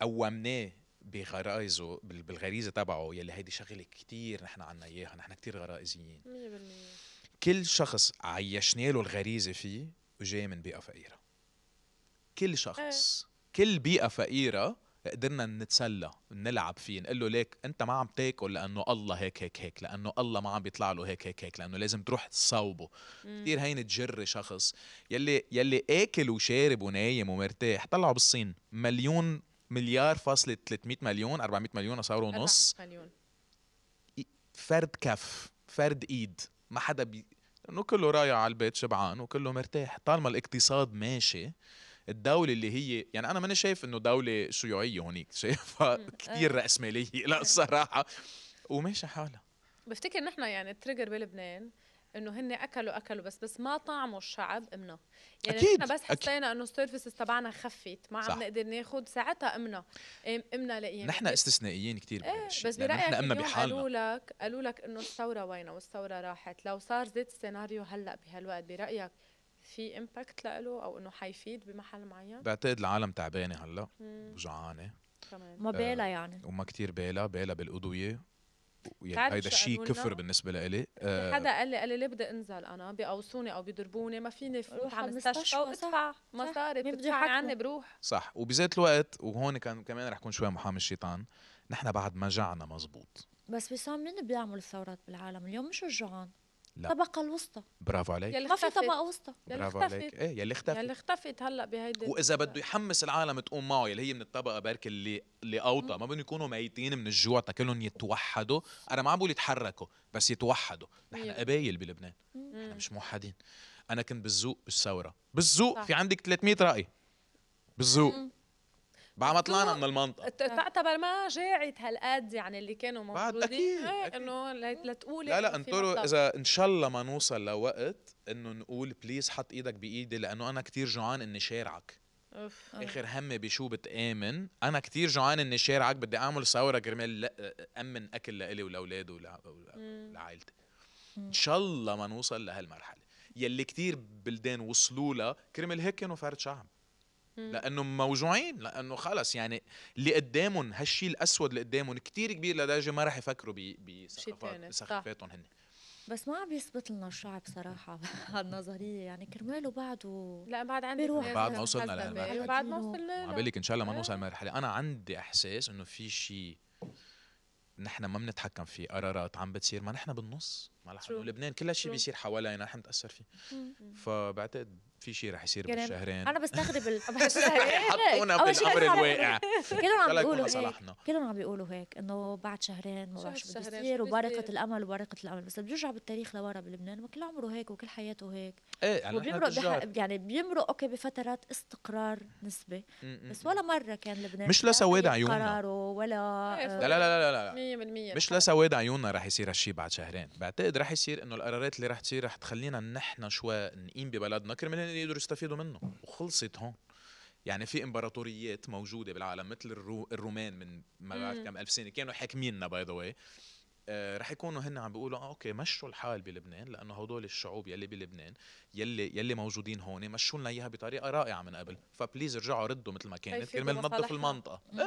قومناه بغرايزه بال- بالغريزه تبعه يلي هيدي شغله كتير نحن عنا اياها نحن كتير غرائزيين
100%
كل شخص عيشنا له الغريزه فيه وجاي من بيئه فقيره كل شخص كل بيئه فقيره قدرنا نتسلى نلعب فيه نقول له ليك انت ما عم تاكل لانه الله هيك هيك هيك لانه الله ما عم بيطلع له هيك هيك هيك لانه لازم تروح تصوبه كثير هين تجري شخص يلي يلي اكل وشارب ونايم ومرتاح طلعوا بالصين مليون مليار فاصلة 300 مليون 400 مليون صاروا نص
4 مليون
فرد كف فرد ايد ما حدا بي انه كله رايح على البيت شبعان وكله مرتاح طالما الاقتصاد ماشي الدولة اللي هي يعني أنا ماني شايف إنه دولة شيوعية هونيك <laughs>
آه.
شايفها كثير رأسمالية لا الصراحة وماشي حالها
بفتكر نحن يعني التريجر بلبنان انه هن اكلوا اكلوا بس بس ما طعموا الشعب امنا يعني
أكيد،
نحن بس
أكيد.
حسينا انه السيرفيسز تبعنا خفت ما
صح.
عم نقدر ناخذ ساعتها امنا إم- امنا لقينا
نحن استثنائيين كثير
ايه
بهذا الشيء
يعني بس
لأنه
برايك
نحن أمنا
اليوم
بحالنا
قالوا لك قالوا لك انه الثوره وينها والثوره راحت لو صار زيت السيناريو هلا بهالوقت برايك في امباكت له او انه حيفيد بمحل معين
بعتقد العالم تعبانة هلا
مم،
وجوعانة
كمان
ما بالها يعني
وما كتير بالها بالها بالأدوية ويلي
بتعرف
هيدا
شو
الشيء
قالوا
كفر
لنا؟
بالنسبة لإلي
في
آه،
حدا قال لي قال لي ليه بدي انزل انا بقوصوني او بيضربوني ما فيني فوت
روح
على
على
المستشفى
المستشفى، صح.
وادفع مصاري
مين بده
بتدفع
يحاكمه؟
عني بروح
صح وبذات الوقت وهون كان كمان رح كون شوي محامي الشيطان نحن بعد ما جعنا مزبوط
بس وسام مين بيعمل الثورات بالعالم اليوم مش الجوعان
لا.
الطبقة الوسطى
برافو عليك
يلي
ما في
اختفت
طبقة وسطى
يلي
برافو
اختفت.
عليك ايه يلي
يلي
اختفت
اختفت هلا بهيدي
واذا بده يحمس العالم تقوم معه يلي هي من الطبقه برك اللي اللي اوطى ما بدهم يكونوا ميتين من الجوع تاكلهم يتوحدوا انا ما عم بقول يتحركوا بس يتوحدوا نحن
مية.
قبايل بلبنان نحن
مم.
مش موحدين انا كنت بالذوق بالثوره بالذوق
صح.
في عندك 300 راي بالذوق
مم.
بعد ما طلعنا من المنطقه
ت- تعتبر ما جاعت هالقد يعني اللي كانوا
بعد
موجودين
أكيد،
إيه،
أكيد.
انه لا- لتقولي
لا لا
إنه في
انطروا
مطلب.
اذا ان شاء الله ما نوصل لوقت انه نقول بليز حط ايدك بايدي لانه انا كتير جوعان اني شارعك
أوف.
اخر همي بشو بتامن انا كتير جوعان اني شارعك بدي اعمل ثوره كرمال لا- امن اكل لإلي ولاولادي ولع-
مم.
ولعائلتي ان شاء الله ما نوصل لهالمرحله يلي كتير بلدان وصلوا لها كرمال هيك كانوا فرد شعب
مم.
لانه موجوعين لانه خلص يعني اللي قدامهم هالشيء الاسود اللي قدامهم كتير كبير لدرجه ما راح يفكروا ب-
تاني،
بثقافات
صح.
ثقافاتهم هن
بس ما عم يثبت لنا الشعب صراحة <laughs> هالنظرية يعني كرماله بعده
لا بعد عندي
بيروح.
كمان
بعد
زلمة
ما وصلنا
حزبة،
لهالمرحلة.
بعد ما
إنه-
وصلنا
وعم
له.
بالك ان شاء الله ما
آه.
نوصل لمرحله انا عندي احساس انه في شيء نحن ما بنتحكم فيه قرارات عم بتصير ما نحن بالنص ما رح
True.
نقول لبنان كل شيء
True.
بيصير حوالينا نحن بنتاثر فيه فبعتقد في شيء رح يصير
يعني
بالشهرين <laughs>
أنا بستغرب
<laughs>
ال... <laughs>
حطونا
أول شي بس
بالامر
عم-
الواقع
كلهم عم
فلا يكون
بيقولوا هيك
لصالحنا
كلهم عم بيقولوا هيك انه بعد شهرين ما
شو
بعرف شو بده
هالشهرين، شو
يصير
بده
وبركه
يصير؟
الامل وبركه الامل بس اللي بيرجع بالتاريخ لورا بلبنان ما كل عمره هيك وكل حياته هيك
ايه هلا نحن
وبيمرق
تجار
بح... يعني بيمرق اوكي بفترات استقرار نسبي
م- م-
بس
م.
ولا مره كان لبنان
مش لسواد
سليم
عيوننا.
قراره ولا
إيه،
لا لا لا لا لا
100%
مش لسواد عيوننا رح يصير هالشيء بعد شهرين بعتقد بعتقد رح يصير انه القرارات اللي رح تصير رح تخلينا نحن شوي نقيم ببلدنا كرمال هن يقدروا يستفيدوا منه وخلصت هون يعني في امبراطوريات موجوده بالعالم مثل الرو... الرومان من ما بعرف
مم.
كم الف سنه كانوا حاكميننا باي ذا واي آه، رح يكونوا هن عم بيقولوا اه اوكي مشوا الحال بلبنان لانه هدول الشعوب يلي بلبنان يلي يلي موجودين هون مشوا لنا اياها بطريقه رائعه من قبل فبليز ارجعوا ردوا مثل ما كانت
هيفيدوا
كرمال ننظفوا
مصالحنا.
المنطقه
100%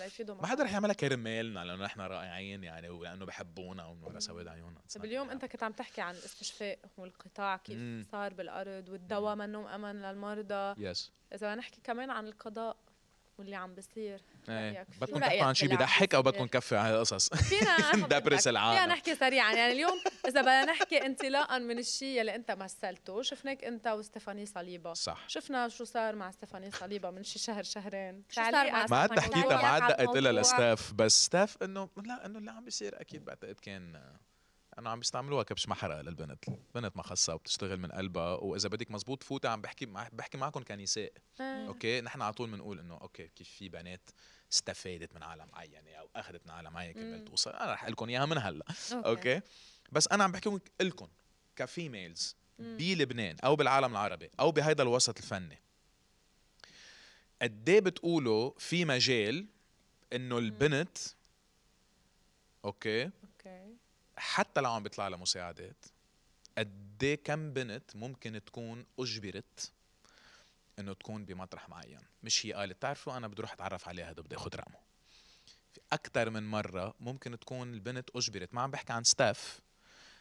ليفيدوا
آه. ما حدا رح يعملها كرمالنا لانه نحن رائعين يعني ولانه بحبونا ومن ورا سواد عيوننا
طب اليوم انت كنت عم تحكي عن الاستشفاء والقطاع كيف
مم.
صار بالارض والدواء منه امن للمرضى
يس
اذا بدنا نحكي كمان عن القضاء واللي عم بيصير
ايه
رأيك شو
بدكم
رأيك
تحكوا عن شيء
باللي عم
بيضحك او
بيصير؟
بدكم كفي عن
<laughs>
هالقصص <laughs>
فينا
ندبرس العالم.
فينا نحكي سريعا يعني اليوم اذا بدنا نحكي انطلاقا من الشيء اللي انت مثلته شفناك انت وستيفاني صليبه
صح
شفنا شو صار مع ستيفاني صليبه من شي شهر شهرين
شو صار
تعليق
مع
على
ما عاد
ستيفاني
تحكيتها
تعالي
ما عاد
صليبة؟
على
دقت لها
الموضوع.
لستاف بس ستاف انه لا انه اللي عم بيصير اكيد بعتقد كان انه عم بيستعملوها كبش محرقه للبنت، البنت ما خصها وبتشتغل من قلبها واذا بدك مزبوط فوتي عم بحكي مع بحكي معكم كنساء،
آه.
اوكي نحن على طول بنقول انه اوكي كيف في بنات استفادت من عالم معينه او اخذت من عالم معين
مم.
كرمال توصل، انا رح اقول لكم اياها من هلا،
اوكي
اوكي بس انا عم بحكي لكم كفيميلز
مم.
بلبنان او بالعالم العربي او بهيدا الوسط الفني قد ايه بتقولوا في مجال انه البنت اوكي
اوكي
حتى لو عم بيطلع لها مساعدات قد ايه كم بنت ممكن تكون اجبرت انه تكون بمطرح معين مش هي قالت تعرفوا انا بدي اروح اتعرف على هذا بدي اخذ رقمه في اكثر من مره ممكن تكون البنت اجبرت ما عم بحكي عن ستاف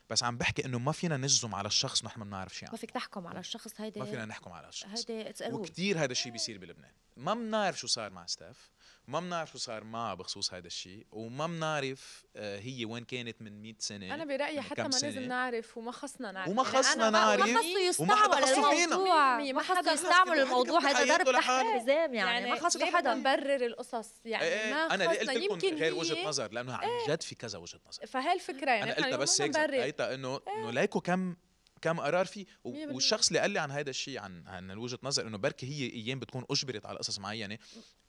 بس عم بحكي انه ما فينا نجزم على الشخص نحن ما بنعرف شيء
ما
عنه
فيك تحكم على الشخص هيدي
ما فينا نحكم على الشخص
هيدي اتس
وكتير هذا الشيء بيصير بلبنان ما بنعرف شو صار مع ستاف ما بنعرف شو صار معها بخصوص هذا الشيء وما بنعرف آه، هي وين كانت من 100 سنه
انا برايي
من
حتى
إيه. كم
ما
سنة.
لازم نعرف وما خصنا نعرف
وما
يعني أنا
خصنا
بقى-
نعرف.
ما
عارف.
خصو
وما حدا
يستعمل
خصو فينا.
الموضوع
مية.
ما
ما حدا
حدا
خصو
يستعمل
حدا
الموضوع
بحياته
هيدا ضرب تحت
لحاله.
حزام يعني ما خصو
ليه بدنا
حدا
نبرر القصص يعني
إيه إيه،
ما
انا ليه
خصنا
قلت لكم
يمكن
غير
هي- إيه.
وجهه نظر لانه عن جد في كذا وجهه نظر
فهي الفكره يعني
انا
إحنا
قلتها
اليوم
بس
ما
هيك
نبرر.
لقيتها انه انه ليكو كم كم قرار في
إيه. مية
و-
بالمية.
والشخص اللي قال لي عن هذا الشيء عن عن وجهه نظر انه بركي هي ايام بتكون اجبرت على قصص معينه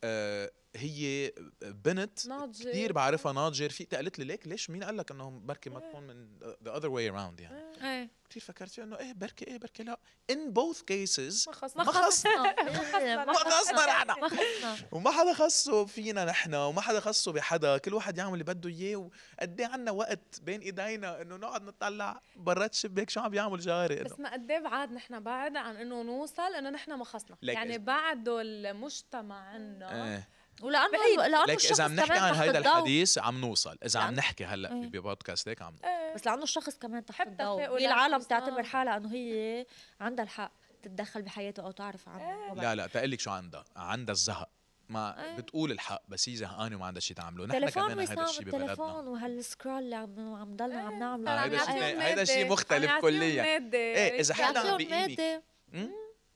آه هي بنت
ناضجة.
كثير بعرفها ناضجه رفيقتي قالت لي ليك ليش مين قال لك انه بركي
إيه.
ما تكون من ذا اذر واي اراوند يعني
<laughs> ايه
كثير فكرت فيها انه ايه بركي ايه بركي لا ان بوث كيسز
ما خصنا
ما
ما خصنا.
خصنا <laughs>
خصنا.
آه. ما
ما خصنا
خصنا
نحن
ما خصنا
وما حدا خصه فينا نحن وما حدا خصه بحدا كل واحد يعمل اللي بده اياه وقد ايه عندنا وقت بين ايدينا انه نقعد نطلع برات الشباك شو عم بيعمل جاري
بس
إنه
ما قد ايه بعاد نحن بعد عن انه نوصل انه نحن ما خصنا
لك
يعني
إذا-
بعده المجتمع عنا
إيه.
ولانه
بعيد.
لانه
لك
نعم. الشخص
اذا عم نحكي
كمان
عن
تحت
هيدا
الضوء.
الحديث عم نوصل اذا عم
لأن-
نحكي هلا
إيه.
ب- ببودكاست هيك عم نوصل
إيه.
بس لانه الشخص كمان تحت
حتى
الضوء
التفاؤل
هي العالم
عن
تعتبر
الإنسان.
حالها انه هي عندها الحق تتدخل بحياته او تعرف عنه وبعد.
لا لا تقلك شو عندها عندها الزهق ما
إيه.
بتقول الحق بس هي زهقانه وما عندها شيء تعمله نحن
تليفون
كمان هذا
وسام
الشيء ببلدنا
التليفون وهالسكرول اللي عم عم ضلنا عم نعمله إيه.
آه، هيدا شيء
عم
<laughs>
نعمله.
تاني. هيدا شيء مختلف كلياً.
ايه
إيه، إذا حدا عم
بيعطيهم
بإيدي. <laughs>
مادة.
مم؟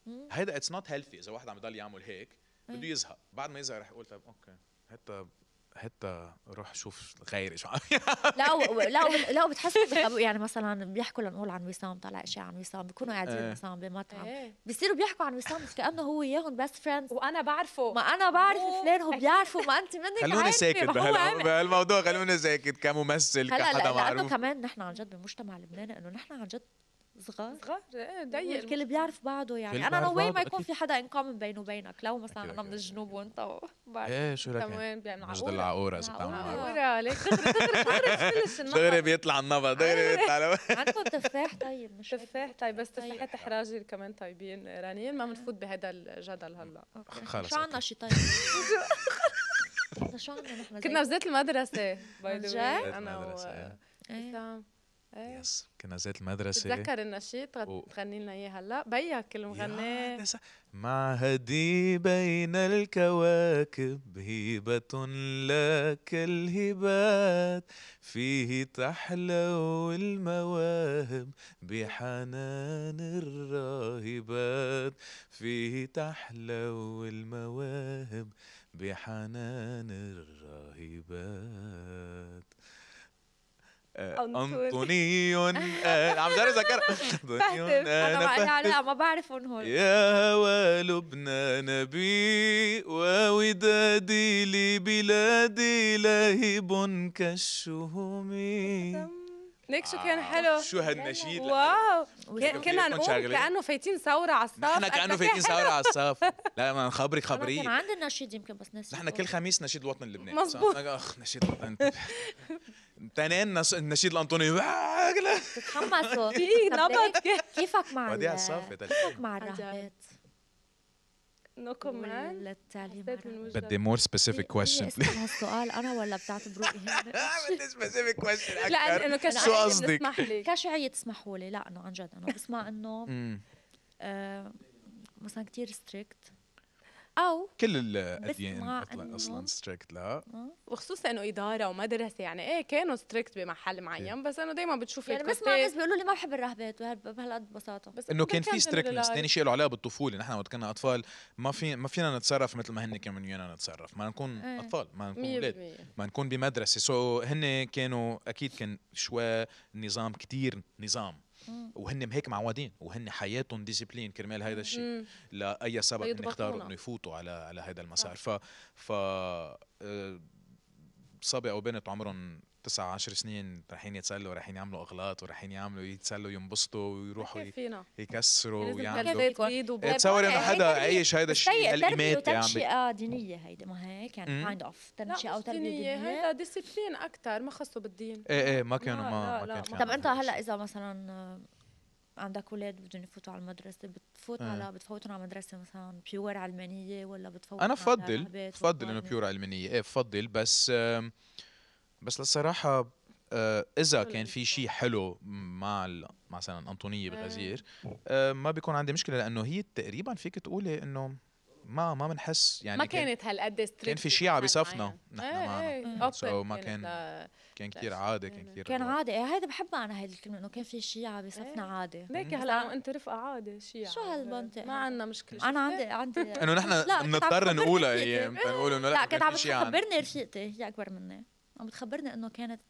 مم.
هيدا اتس نوت هيلثي اذا واحد عم يضل يعمل هيك
إيه.
بده يزهق بعد ما يزهق رح يقول طيب اوكي حتى حتى روح شوف غيري شو
<laughs>
عم
لا و- لا و- لا بتحسوا بيحبوا- <laughs> يعني مثلا بيحكوا لنقول عن وسام طلع شيء عن وسام بيكونوا قاعدين
إيه.
مثلا بمطعم
ايه
بيصيروا بيحكوا عن وسام مش كانه هو وياهم بيست فريندز
وانا بعرفه
ما انا بعرف
أوه.
فلان هو بيعرفه ما انت منك
خلوني
عارفة،
ساكت
ما هو عارف.
بهال- بهالموضوع خلوني ساكت كممثل
هلا لا
كحدا
لانه
معروف
كمان نحن عن جد بمجتمع لبناني انه نحن عن جد صغار
صغار إيه، ضيق
الكل بيعرف بعضه
الكل
يعني انا
بيعرف
نوي ما
بعضه،
يكون
أكيد.
في حدا ان كومن بينه وبينك لو مثلا
أكيد،
انا من
أكيد.
الجنوب وانت و- بعرف
ايه شو رايك
كمان بيعمل
مجد العقورة اذا بتعمل
عقورة.
عقورة
<laughs> عقورة ليك دغري دغري تعرف
<laughs>
كلش
نعم.
دغري
النهر
بيطلع النبض
<laughs>
دغري بيطلع
عندكم تفاح طيب مش
تفاح طيب بس
طيب.
تفاحات احراجي كمان طيبين رانيين ما بنفوت بهذا الجدل هلا
أوكي.
خلص،
شو عندنا
أوكي.
شي طيب
<laughs>
شو عندنا نحن
كنا بزيت المدرسة باي
عن جد؟
ذا
المدرسة،
انا
إيه.
إيه.
وسام إيه.
يس كنا زيت المدرسة
بتتذكر النشيد
و-
تغني لنا اياه هلا بيك اللي
يا
مغنيه
نسا- معهدي بين الكواكب هبة لك الهبات فيه تحلو المواهب بحنان الراهبات فيه تحلو المواهب بحنان الراهبات آه،
أنطوني.
أنطوني آه، عم جرب ذكر أنطوني
انا
أنا
ما
فهد
لا، لا ما بعرفهم هول
يا هوى لبنان بي وودادي لبلادي لهب كالشهوم
ليك شو كان
آه،
حلو
شو هالنشيد
واو
كان-
كنا
كيفكن
نقول
شغلة؟
كانه فايتين ثوره على الصف
نحن كانه
<laughs>
فايتين ثوره على الصف لا ما نخبرك
أنا كان
خبريه
عندي النشيد يمكن بس نسيت
نحن كل خميس نشيد الوطن اللبناني صح؟
مزبوط.
اخ نشيد الوطن
<laughs>
تنين نس- النشيد الانطوني
تتحمسوا
<laughs> في
طب
نبض
ليك كيفك مع
وديع
ال-
الصف يا تل-
كيفك مع
عجب.
الرهبات
نو كومنت
والتعليم إيه،
حسيت من وجهك
بدي مور سبيسيفيك كويشن
اسال هالسؤال انا ولا
<laughs>
بتعتبروه
<laughs>
بدي سبيسيفيك كويشن
لا
اكثر
انه كان
شو
قصدك؟
اسمح لي
كشعية تسمحوا لي لا انه عن جد انا بسمع انه
مم.
آه، مثلا كتير ستريكت او
كل الاديان
بسمع
أطلاً-
إنه-
اصلا ستريكت لا
وخصوصا انه اداره ومدرسه يعني ايه كانوا ستريكت بمحل معين بس انه دائما بتشوفي
يعني بسمع ناس بيقولوا لي ما بحب الرهبات وهال- بهالقد بساطه
بس
انه كان في
بدك تعمل
ستريكتنس
relax.
ثاني شيء له علاقه بالطفوله نحن وقت كنا اطفال ما في ما فينا نتصرف مثل ما هن كانوا ويانا نتصرف ما نكون
إيه.
اطفال ما نكون
مية
اولاد
بالمية.
ما نكون بمدرسه سو so, هن كانوا اكيد كان شوي نظام كتير نظام
مم.
وهن هيك معودين وهن حياتهم ديسيبلين كرمال هذا الشيء
مم.
لاي سبب هن
فيضغطونا.
اختاروا انه يفوتوا على على هذا المسار ف ف آه، صبي او بنت عمرهم تسعة عشر سنين رايحين يتسلوا رايحين يعملوا اغلاط ورايحين يعملوا يتسلوا ينبسطوا ويروحوا
كيف
ي-
فينا
يكسروا
يعني لازم
ويعملوا
تلفت ايد وبوق.
إيه، تصور انه حدا
يعني
هي تربية-
عايش هذا
بس
الشيء
هي طيب، تربية
هالإيمات اللي عم بي-
وتنشئة دينية هيدي ما هيك يعني
يعني مم.
كايند اوف
لا
تنشئة
مش
وتربية
دينية،
دينية
هيدا ديسيبلين اكثر ما خصه بالدين
ايه ايه ما كانوا
لا،
ما
لا،
ما يعني.
لا،
كان
ما-
في عندهم
طب انت
هذا
هلا
الشيء.
اذا مثلا آه، عندك اولاد بدهم يفوتوا على المدرسه بتفوت
آه.
على بتفوتهم على مدرسه مثلا بيور علمانيه ولا بتفوت
انا
على
بفضل
رهبات
بفضل انه
ولا-
بيور علمانيه ايه بفضل بس آم، بس للصراحه آه، اذا
ولا
كان في شيء حلو مع ال- مثلا انطونيه
آه.
بالغزير آه، ما بيكون عندي مشكله لانه هي تقريبا فيك تقولي انه ما ما بنحس يعني
ما
كان-
كانت هالقد ستريكت
كان في شيعة بصفنا، نحن معنا.
إيه.
معنا
So ما كان- كان كتير عادي
إيه.
كان كتير
كان
رواق.
عادي ايه هيدا بحبها انا هيدي الكلمه انه كان في شيعة
إيه.
بصفنا عادي
ليك هلا أنا وانت رفقه عادي شيعة
شو هالمنطق
ما عندنا مشكله
انا عندي عندي
انه
لا، إيه.
نحن
كنت عم
بنضطر
تخبرني <laughs>
نقولها إيه.
فيك.
هي بنقول انه
لا
لا
كانت
كان
عم
في شيء عنا.
بتخبرني رفيقتي هي اكبر مني عم بتخبرني انه كانت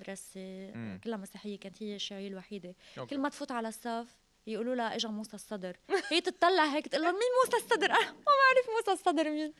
بمدرسه
مم.
كلها مسيحيه كانت هي الشيعيه الوحيده
أوكي.
كل ما تفوت على الصف يقولوا لها اجا موسى الصدر هي تطلع هيك تقول لهم مين موسى الصدر انا ما بعرف موسى الصدر مين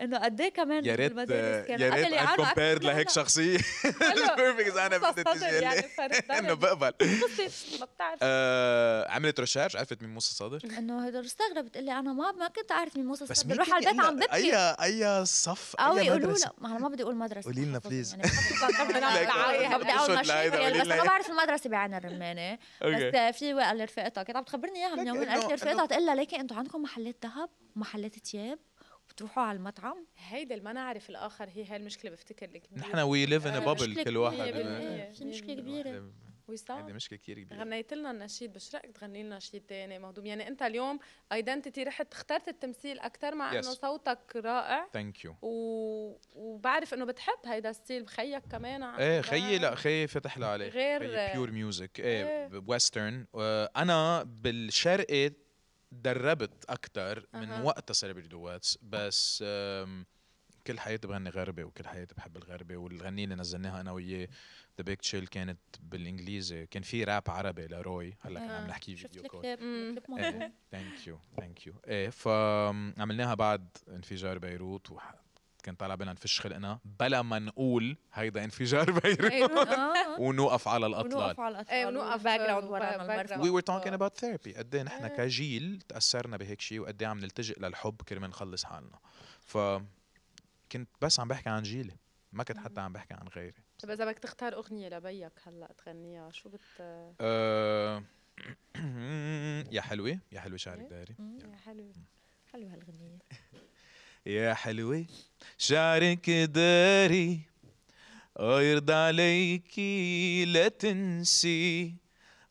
انه قد ايه كمان
يا ريت
بالمدارس كانوا
يا
قبل
ريت ان
يعرفوا
كومبيرد
أكثر.
لهيك
لا،
شخصيه <laughs> بيرفكت اذا انا بدي تجي
يعني
لي <laughs> انه بقبل
بصي ما
<laughs>
بتعرف
آه، عملت ريسيرش عرفت مين موسى صادر
لا. انه هدول استغربت تقول لي انا ما ما كنت اعرف مين موسى
بس
الصدر
مين
بروح على البيت عم ببكي
اي اي صف
او
اي
يقولوا
مدرسه
لها ما هلا ما بدي اقول مدرسه
قولي لنا
بحفظهم،
بليز.
<laughs> يعني
<laughs>
بحفظهم كمان على
لك
العاية، ما بدي اقول
أقصد لهيدا، قولي
مشاكل بس
لنا
ما
إياها.
بعرف المدرسه بعين الرمانه
أوكي.
بس في وقع لرفقتها كانت عم تخبرني اياها من
لك
يومين
إنه-
قالت لي رفقتها
إنه-
تقول لها ليكي انتم عندكم محلات ذهب ومحلات ثياب وبتروحوا على المطعم
هيدا اللي ما نعرف الاخر هي هاي المشكله بفتكر لك
نحن وي ليف ان
آه،
بابل
مشكلة
كل واحد
كبيرة،
بالمية.
إيه، في مشكله كبيره
هذه
وسام
مشكله كثير كبيره
غنيت لنا النشيد بشرقك تغني لنا نشيد تاني مهضوم يعني انت اليوم ايدنتيتي رحت اخترت التمثيل اكثر مع
Yes.
انه صوتك رائع
ثانك يو
و... وبعرف انه بتحب هيدا الستيل بخيك كمان عم
ايه خيي
تبان.
لا خيي فتح لها عليه
غير-
بيور ميوزك ايه
إيه.
ويسترن انا بالشرقي آه، دربت اكثر من
أها.
وقتها سيلبرتي دواتس بس آم، كل حياتي بغني غربي وكل حياتي بحب الغربي والغنية اللي نزلناها انا وياه ذا بيج تشيل كانت بالانجليزي كان في راب عربي لروي هلا كان عم
آه،
نحكي
شفت
فيديو إيه،
لك
كول
كليب
مم.
كليب
<laughs>
مضبوط.
ثانك يو ثانك يو ايه فعملناها بعد انفجار بيروت وح... كان طالع بدنا نفش خلقنا بلا ما نقول هيدا انفجار بيروت
إيه، نوقف-
آه.
ونوقف على الاطلال
ونوقف على الاطفال
إيه، ونوقف
والباك جراوند
و-
ورانا
باك
المرفق
وي
We
وير توكينج اباوت ثيرابي قد ايه نحن كجيل تاثرنا بهيك شيء وقد ايه عم نلتجئ للحب كرمال نخلص حالنا ف كنت بس عم بحكي عن جيلي ما كنت حتى عم بحكي عن غيري
طب اذا طيب، بدك تختار اغنيه لبيك هلا تغنيها شو بت
أه... <clears throat> يا حلوه يا حلوه شعرك
إيه؟
دايري
يا حلوه
حلوه هالغنيه
يا حلوة شعرك داري اه يرضى عليكي لا تنسي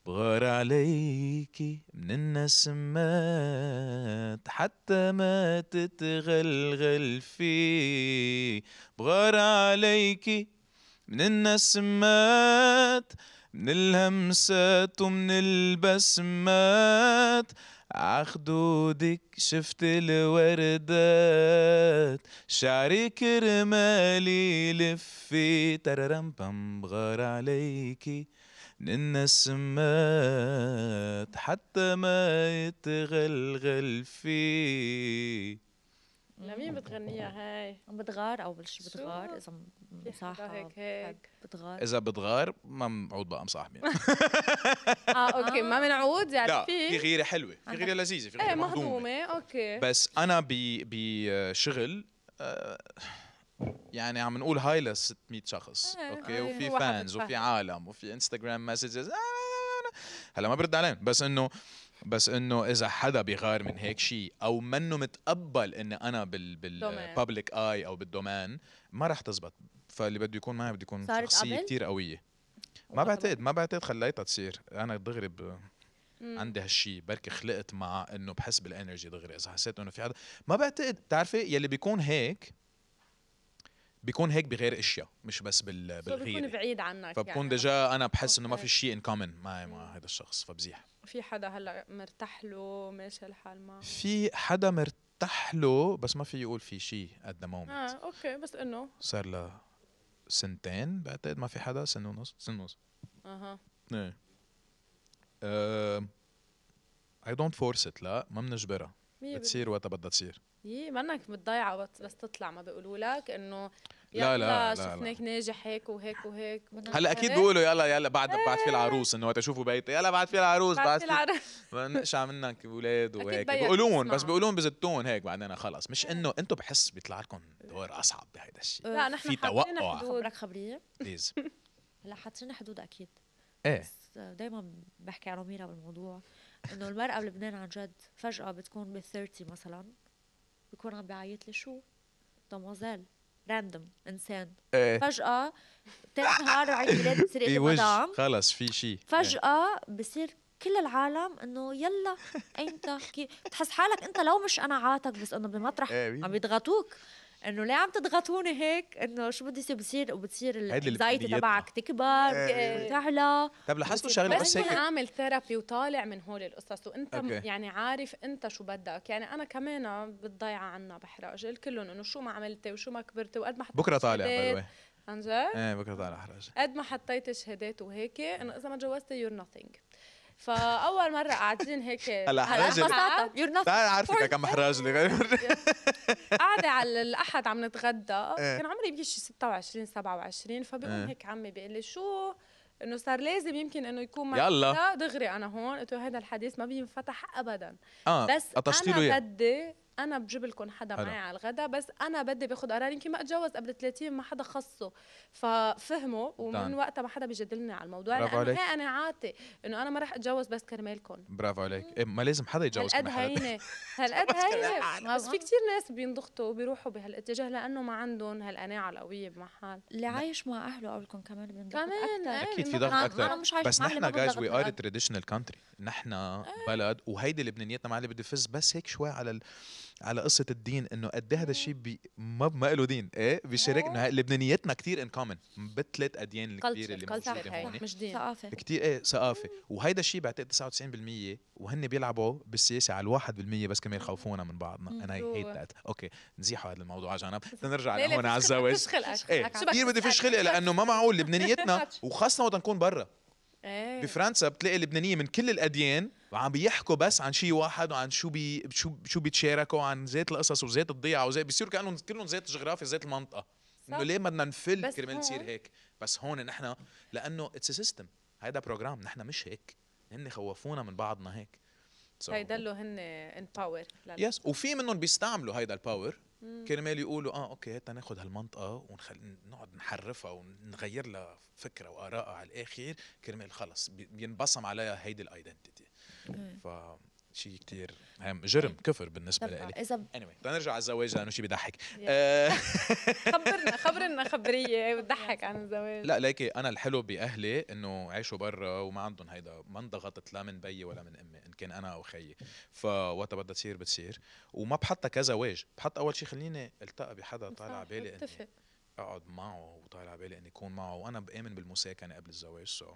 بغار عليكي من النسمات حتى ما تتغلغل فيه بغار عليكي من النسمات من الهمسات ومن البسمات عخدودك شفت الوردات شعرك رمالي لفي تررم بام بغار عليكي من النسمات حتى ما يتغلغل فيه
لمين بتغنيها هاي
بتغار او مش
شو؟
بتغار اذا مصاحة
هيك هيك
بتغار
اذا بتغار ما بنعود بقى مصاحبين
اه اوكي ما بنعود يعني
لا في
في
غيره حلوه في غيره لذيذه في
ايه
غيره مهضومه
مهضومه اوكي
بس انا ب بشغل آه، يعني عم نقول هاي ل 600 شخص
إيه،
اوكي
إيه.
وفي
واحد
فانز
بتفهم.
وفي عالم وفي انستغرام مسجز هلا ما برد عليهم بس انه بس انه اذا حدا بيغار من هيك شيء او منه متقبل اني انا بال آه،
دومين.
بالببليك اي او بالدومين ما رح تزبط فاللي بده يكون معي بده يكون
صارت
شخصيه
قبل؟
كثير قويه ما
والله
بعتقد ما بعتقد خليتها تصير انا دغري ب-
مم.
عندي هالشي بركي خلقت مع انه بحس بالانرجي دغري اذا حسيت انه في حدا ما بعتقد بتعرفي يلي بيكون هيك بيكون هيك بغير اشياء مش بس بال
سو بيكون
بالغيره
بعيد عنك
فبكون
يعني.
دجا انا بحس انه ما
أوكي.
في شيء ان كومن معي مع هذا الشخص فبزيح
في حدا هلا مرتاح له ماشي الحال معه
في حدا مرتاح له بس ما في يقول في شيء at the
اه
moment
اوكي بس انه
صار له سنتين بعتقد ما في حدا سنه ونص سنه ونص
اها
ايه اي دونت فورس ات لا ما بنجبرها
مية بالمية.
بتصير وقتها بدها تصير
يي منك بتضيع وقت بس تطلع ما بيقولوا لك انه
لا، لا،
يلا
لا، لا.
شفناك ناجح هيك وهيك وهيك إيه؟
هلا اكيد بيقولوا يلا يلا بعد بعد في العروس انه وقت اشوفوا بيتي يلا بعد في العروس بعد
بعد
في
العرس
نقشع منك اولاد
أكيد
وهيك
بيك
بيقولون بس
بيسمعوا.
بيقولون بزتون هيك بعدين خلص مش انه انتم بحس بيطلع لكم دور اصعب بهيدا الشيء
<laughs> لا نحن
في
حاطين
توقع.
حدود
أه، خبرك خبرية
بليز
هلا حاطين حدود اكيد
ايه
دائما بحكي على ميرا بالموضوع انه المرأة <laughs> بلبنان عن جد فجأة بتكون بال 30 مثلا بكون عم بعيط لي شو؟ دموزيل راندوم انسان
ايه
فجأة تاني نهار عيد
<laughs>
ميلاد بصير
في
إلي
وجه
مدام
خلص في شيء إيه.
فجأة بصير كل العالم انه يلا انت كي بتحس حالك انت لو مش انا عاتك بس انه بالمطرح
إيه، بيبي.
عم بيضغطوك انه ليه عم تضغطوني هيك انه شو بدي يصير بصير وبتصير
هيدي اللي
الانكزايتي
بدي
تبعك تكبر
إيه.
وتعلى
طب لاحظتوا شغله
بس
بس
كنت
هيك
عامل ثيرابي وطالع من هول القصص وانت
أوكي.
أوكي. يعني عارف انت شو بدك يعني انا كمان بتضيع عنا بحراجل كلهم انه شو ما عملتي وشو ما كبرتي وقد ما حطيت
بكره طالع باي
شهادات-
ذا
عن جد
ايه بكره طالع حراج
قد ما حطيت شهادات وهيك انه اذا ما تجوزتي يور nothing فاول مره قاعدين
<laughs>
هيك
هلا حراجل.
<laughs> ببساطة يور نوت
تعال عارفك كم حراج اللي <laughs>
قاعدة على الأحد عم نتغدى
إيه.
كان عمري يمكن شي 26 27
إيه.
فبيقوم هيك عمي بيقول لي شو انه صار لازم يمكن انه يكون معي
يلا.
حدا، دغري انا هون قلت له هذا الحديث ما بينفتح ابدا
اه
بس
قطشتي له
انا
اياه
بدي انا بجيب لكم حدا
حلو.
معي على الغداء بس انا بدي باخذ قرار يمكن ما اتجوز قبل 30 ما حدا خصه ففهموا ومن
دان.
وقتها ما حدا بيجادلني على الموضوع
برافو
لانه
عليك.
هي قناعاتي انه انا ما رح اتجوز بس كرمالكم
برافو عليك إيه ما لازم حدا يتجوز
هالقد
كمان حدا. <laughs>
هينه هالقد هينه
حالك.
بس في كثير ناس بينضغطوا وبيروحوا بهالاتجاه لانه ما عندهم هالقناعه القويه بمحل
اللي عايش مع اهله قبلكم كمان بينضغط
كمان
أكتر.
اكيد في
إنه
ضغط
أيوة، أنا-
اكثر
أنا مش عايشة
بس
مع أهلي،
نحن
ما
جايز
بضغط
وي ار
بالأب.
تراديشنال كونتري نحن
أيوة.
بلد وهيدي لبنانيتنا معلي بدي فز بس هيك شوي على ال... على قصه الدين انه قد إيه هذا الشيء بي... ما ما له دين ايه بيشارك انه هاي
أيوة.
لبنانيتنا كثير ان كومن بثلاث اديان الكبيره اللي
culture،
موجوده
هي.
هون
مش دين
ثقافة
كثير ايه ثقافه وهيدا الشيء بعتقد 99% وهن بيلعبوا بالسياسه على ال 1% بس كمان يخوفونا من بعضنا انا
مم.
هيت
أيوة.
ذات اوكي نزيحوا هذا الموضوع على جنب بدنا نرجع
ليلى
لهون على
فيش خلق-
الزواج
فيش خلقك
ايه
شو بدك
كثير بدي فيش
تسأل؟
خلق لانه ما معقول لبنانيتنا وخاصه وقت نكون برا
ايه
بفرنسا بتلاقي لبنانيه من كل الاديان وعم بيحكوا بس عن شيء واحد وعن شو بي شو شو بيتشاركوا عن زيت القصص وزيت الضيعه وزيت بيصيروا كانهم كلهم زيت الجغرافيا زيت المنطقه
صح.
انه ليه ما بدنا نفل
بس
كرمال نصير
هون-
هيك بس هون نحن لانه اتس سيستم هيدا بروجرام نحن مش هيك هن خوفونا من بعضنا هيك So-
هيدلوا هن ان باور
يس وفي منهم بيستعملوا هيدا الباور كرمال يقولوا اه اوكي هات ناخذ هالمنطقه ونخل... نقعد نحرفها ونغير لها فكره وارائها على الاخر كرمال خلص بي- بينبصم عليها هيدي الايدنتيتي ف شيء كثير هام جرم كفر بالنسبه
طبعا
لإلي
إذا
anyway بدنا نرجع على الزواج لانه شيء بيضحك
Yeah.
آه،
خبرنا خبرنا
<laughs>
خبريه بتضحك عن الزواج
لا ليكي انا الحلو باهلي انه عيشوا برا وما عندهم هيدا ما انضغطت لا من بيي ولا من امي ان كان انا او خيي فوقتها بدها تصير بتصير وما بحطها كزواج بحط اول شيء خليني التقى بحدا طالع على بالي اني
اتفق
اقعد معه وطالع على بالي اني اكون معه وانا بامن بالمساكنه قبل الزواج سو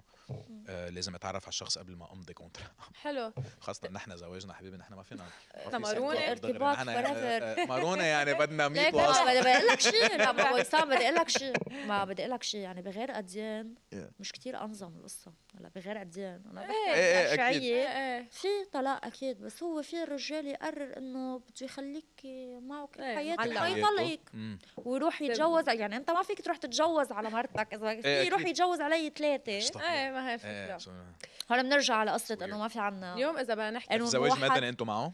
آه لازم اتعرف على الشخص قبل ما امضي كونترا <laughs>
حلو
خاصه نحن زواجنا حبيبي نحن ما فينا ما في
طب
سكتة
مرونة،
دغري.
ارتباط
نحن يعني-
forever.
آه، آه، مرونه يعني
<laughs>
بدنا 100
ليك ما
واصل
بدي بدي اقول لك
<laughs>
شيء لا ما وسام بدي اقول لك شيء ما بدي اقول لك شيء يعني بغير اديان
إيه.
مش كتير انظم القصه هلا بغير اديان انا بحكي
ايه
إيه،
عن
أكيد.
شيعية.
ايه
في طلاق اكيد بس هو في الرجال يقرر انه بده يخليك معه كل
إيه،
حياتك
معلق.
حيطلقك
مم.
ويروح يتجوز يعني يعني انت ما فيك تروح تتجوز على مرتك اذا
إيه،
في روح
أكيد.
يتجوز علي ثلاثه
مش طبيعي.
ايه ما هي
إيه،
فكرة
so-
هلا بنرجع على قصه
Weird.
انه ما في عنا
اليوم اذا بدنا نحكي
إنه
الزواج
واحد-
مدني انتم معه؟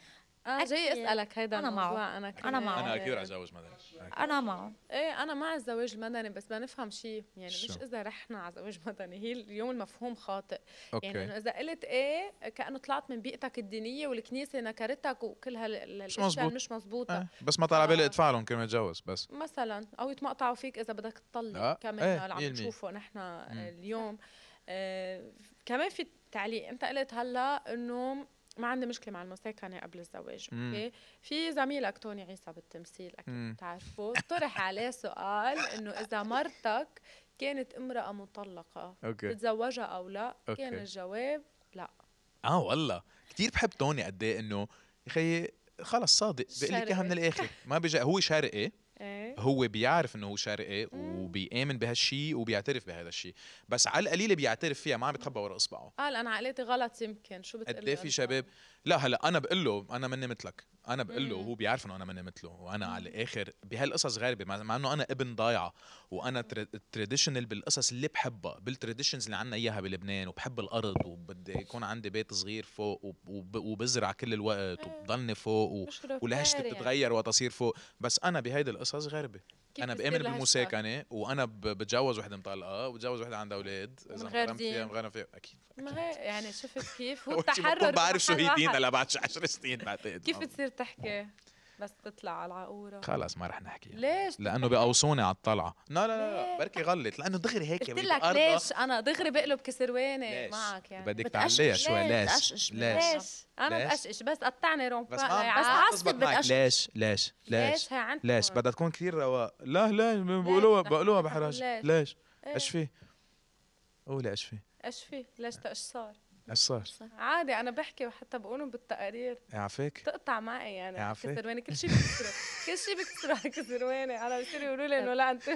اه جاي
أكيد.
اسالك هيدا
أنا
الموضوع
معه.
انا
أنا
كمان.
معه.
انا اكيد رح اتجوز مدني
انا معه
ايه انا مع الزواج المدني بس بدنا نفهم شيء يعني مش
شو؟
اذا رحنا على زواج مدني هي اليوم المفهوم خاطئ يعني
اوكي
انه اذا قلت ايه كانه طلعت من بيئتك الدينيه والكنيسه نكرتك وكل هالاشياء
مزبوط.
مش مزبوطه
إيه، بس ما طلع على بالي
آه.
ادفع لهم كرمال اتجوز بس
مثلا او يتمقطعوا فيك اذا بدك تطلق
لا،
كمان
إيه،
اللي عم
مية بالمية.
نشوفه نحن اليوم آه كمان في تعليق انت قلت هلا انه ما عندي مشكله مع المساكنه قبل الزواج
مم.
اوكي في زميلك توني عيسى بالتمثيل اكيد
مم.
بتعرفه طرح عليه سؤال انه اذا مرتك كانت امراه مطلقه
اوكي
بتزوجها او لا
أوكي.
كان الجواب
اه والله كثير بحب توني قد ايه انه يا اخي خلص صادق بقول لك اياها
شرقي.
من الاخر ما بيجا هو شرقي
ايه
هو بيعرف انه هو شرقي
مم.
وبيامن بهالشيء وبيعترف بهذا الشيء بس على القليله بيعترف فيها ما عم يتخبى ورا اصبعه
قال انا عقلتي غلط يمكن شو بتقول
قد ايه في شباب لا هلا انا بقول له انا مني مثلك انا بقول له
مم.
وهو بيعرف انه انا مني مثله وانا على الاخر بهالقصص غريبه مع مع انه انا ابن ضايعه وانا تراديشنال بالقصص اللي بحبها بالتراديشنز اللي عنا اياها بلبنان وبحب الارض وبدي يكون عندي بيت صغير فوق وب- وب- وبزرع كل الوقت وبضلني فوق و... ولهجتي بتتغير وقت اصير فوق بس انا بهيدي القصص غربه
كيف
انا
بتصير
بامن
لهالشغلة؟
بالمساكنه وانا ب- بتجوز وحده مطلقه وبتجوز وحده عندها اولاد اذا
ومغير
انغرمت فيها
دين.
مغرم فيها اكيد
ما هي يعني شفت
<laughs>
كيف هو
أول شي
التحرر
بكون بعرف شو هي
بمحل
دينا
واحد.
لبعد 10 سنين بعتقد
كيف
آه.
بتصير تحكي بس تطلع على العقورة
خلص ما رح نحكي
ليش؟
لانه بقوصوني على الطلعه لا لا لا, لا
ليه؟
بركي غلط لانه دغري هيك
قلت
بدي
لك
أرضى.
ليش انا دغري بقلب كسرواني
ليش؟
معك يعني
بدك
بتقشقش.
تعليها شوي
ليه
ليش
بتقشقش
ليش
بالناس؟
ليش؟ انا
ليش؟
بقشقش بس قطعني رونق
بس
بقى
ما
يعني.
بس
ما
عصبك
بتزبط معك
بتقشقش.
ليش ليش ليش
ليش هي عندكم
ليش بدها تكون كثير رواق لا لا بقولوها
نحن
بقولوها
بنحب
بحراج
ليش.
ليش
إيه،
ايش في قولي ايش في
ايش في؟ ليش تقشصار؟
ايش صار
عادي انا بحكي وحتى بقولهم بالتقارير
عافيك
تقطع معي يعني
يا
على
عفيف.
كسرواني كل
<laughs>
شيء بكسره كل شيء بكسره على كسرواني انا بصير يقولوا لي انه لا انت
<laughs>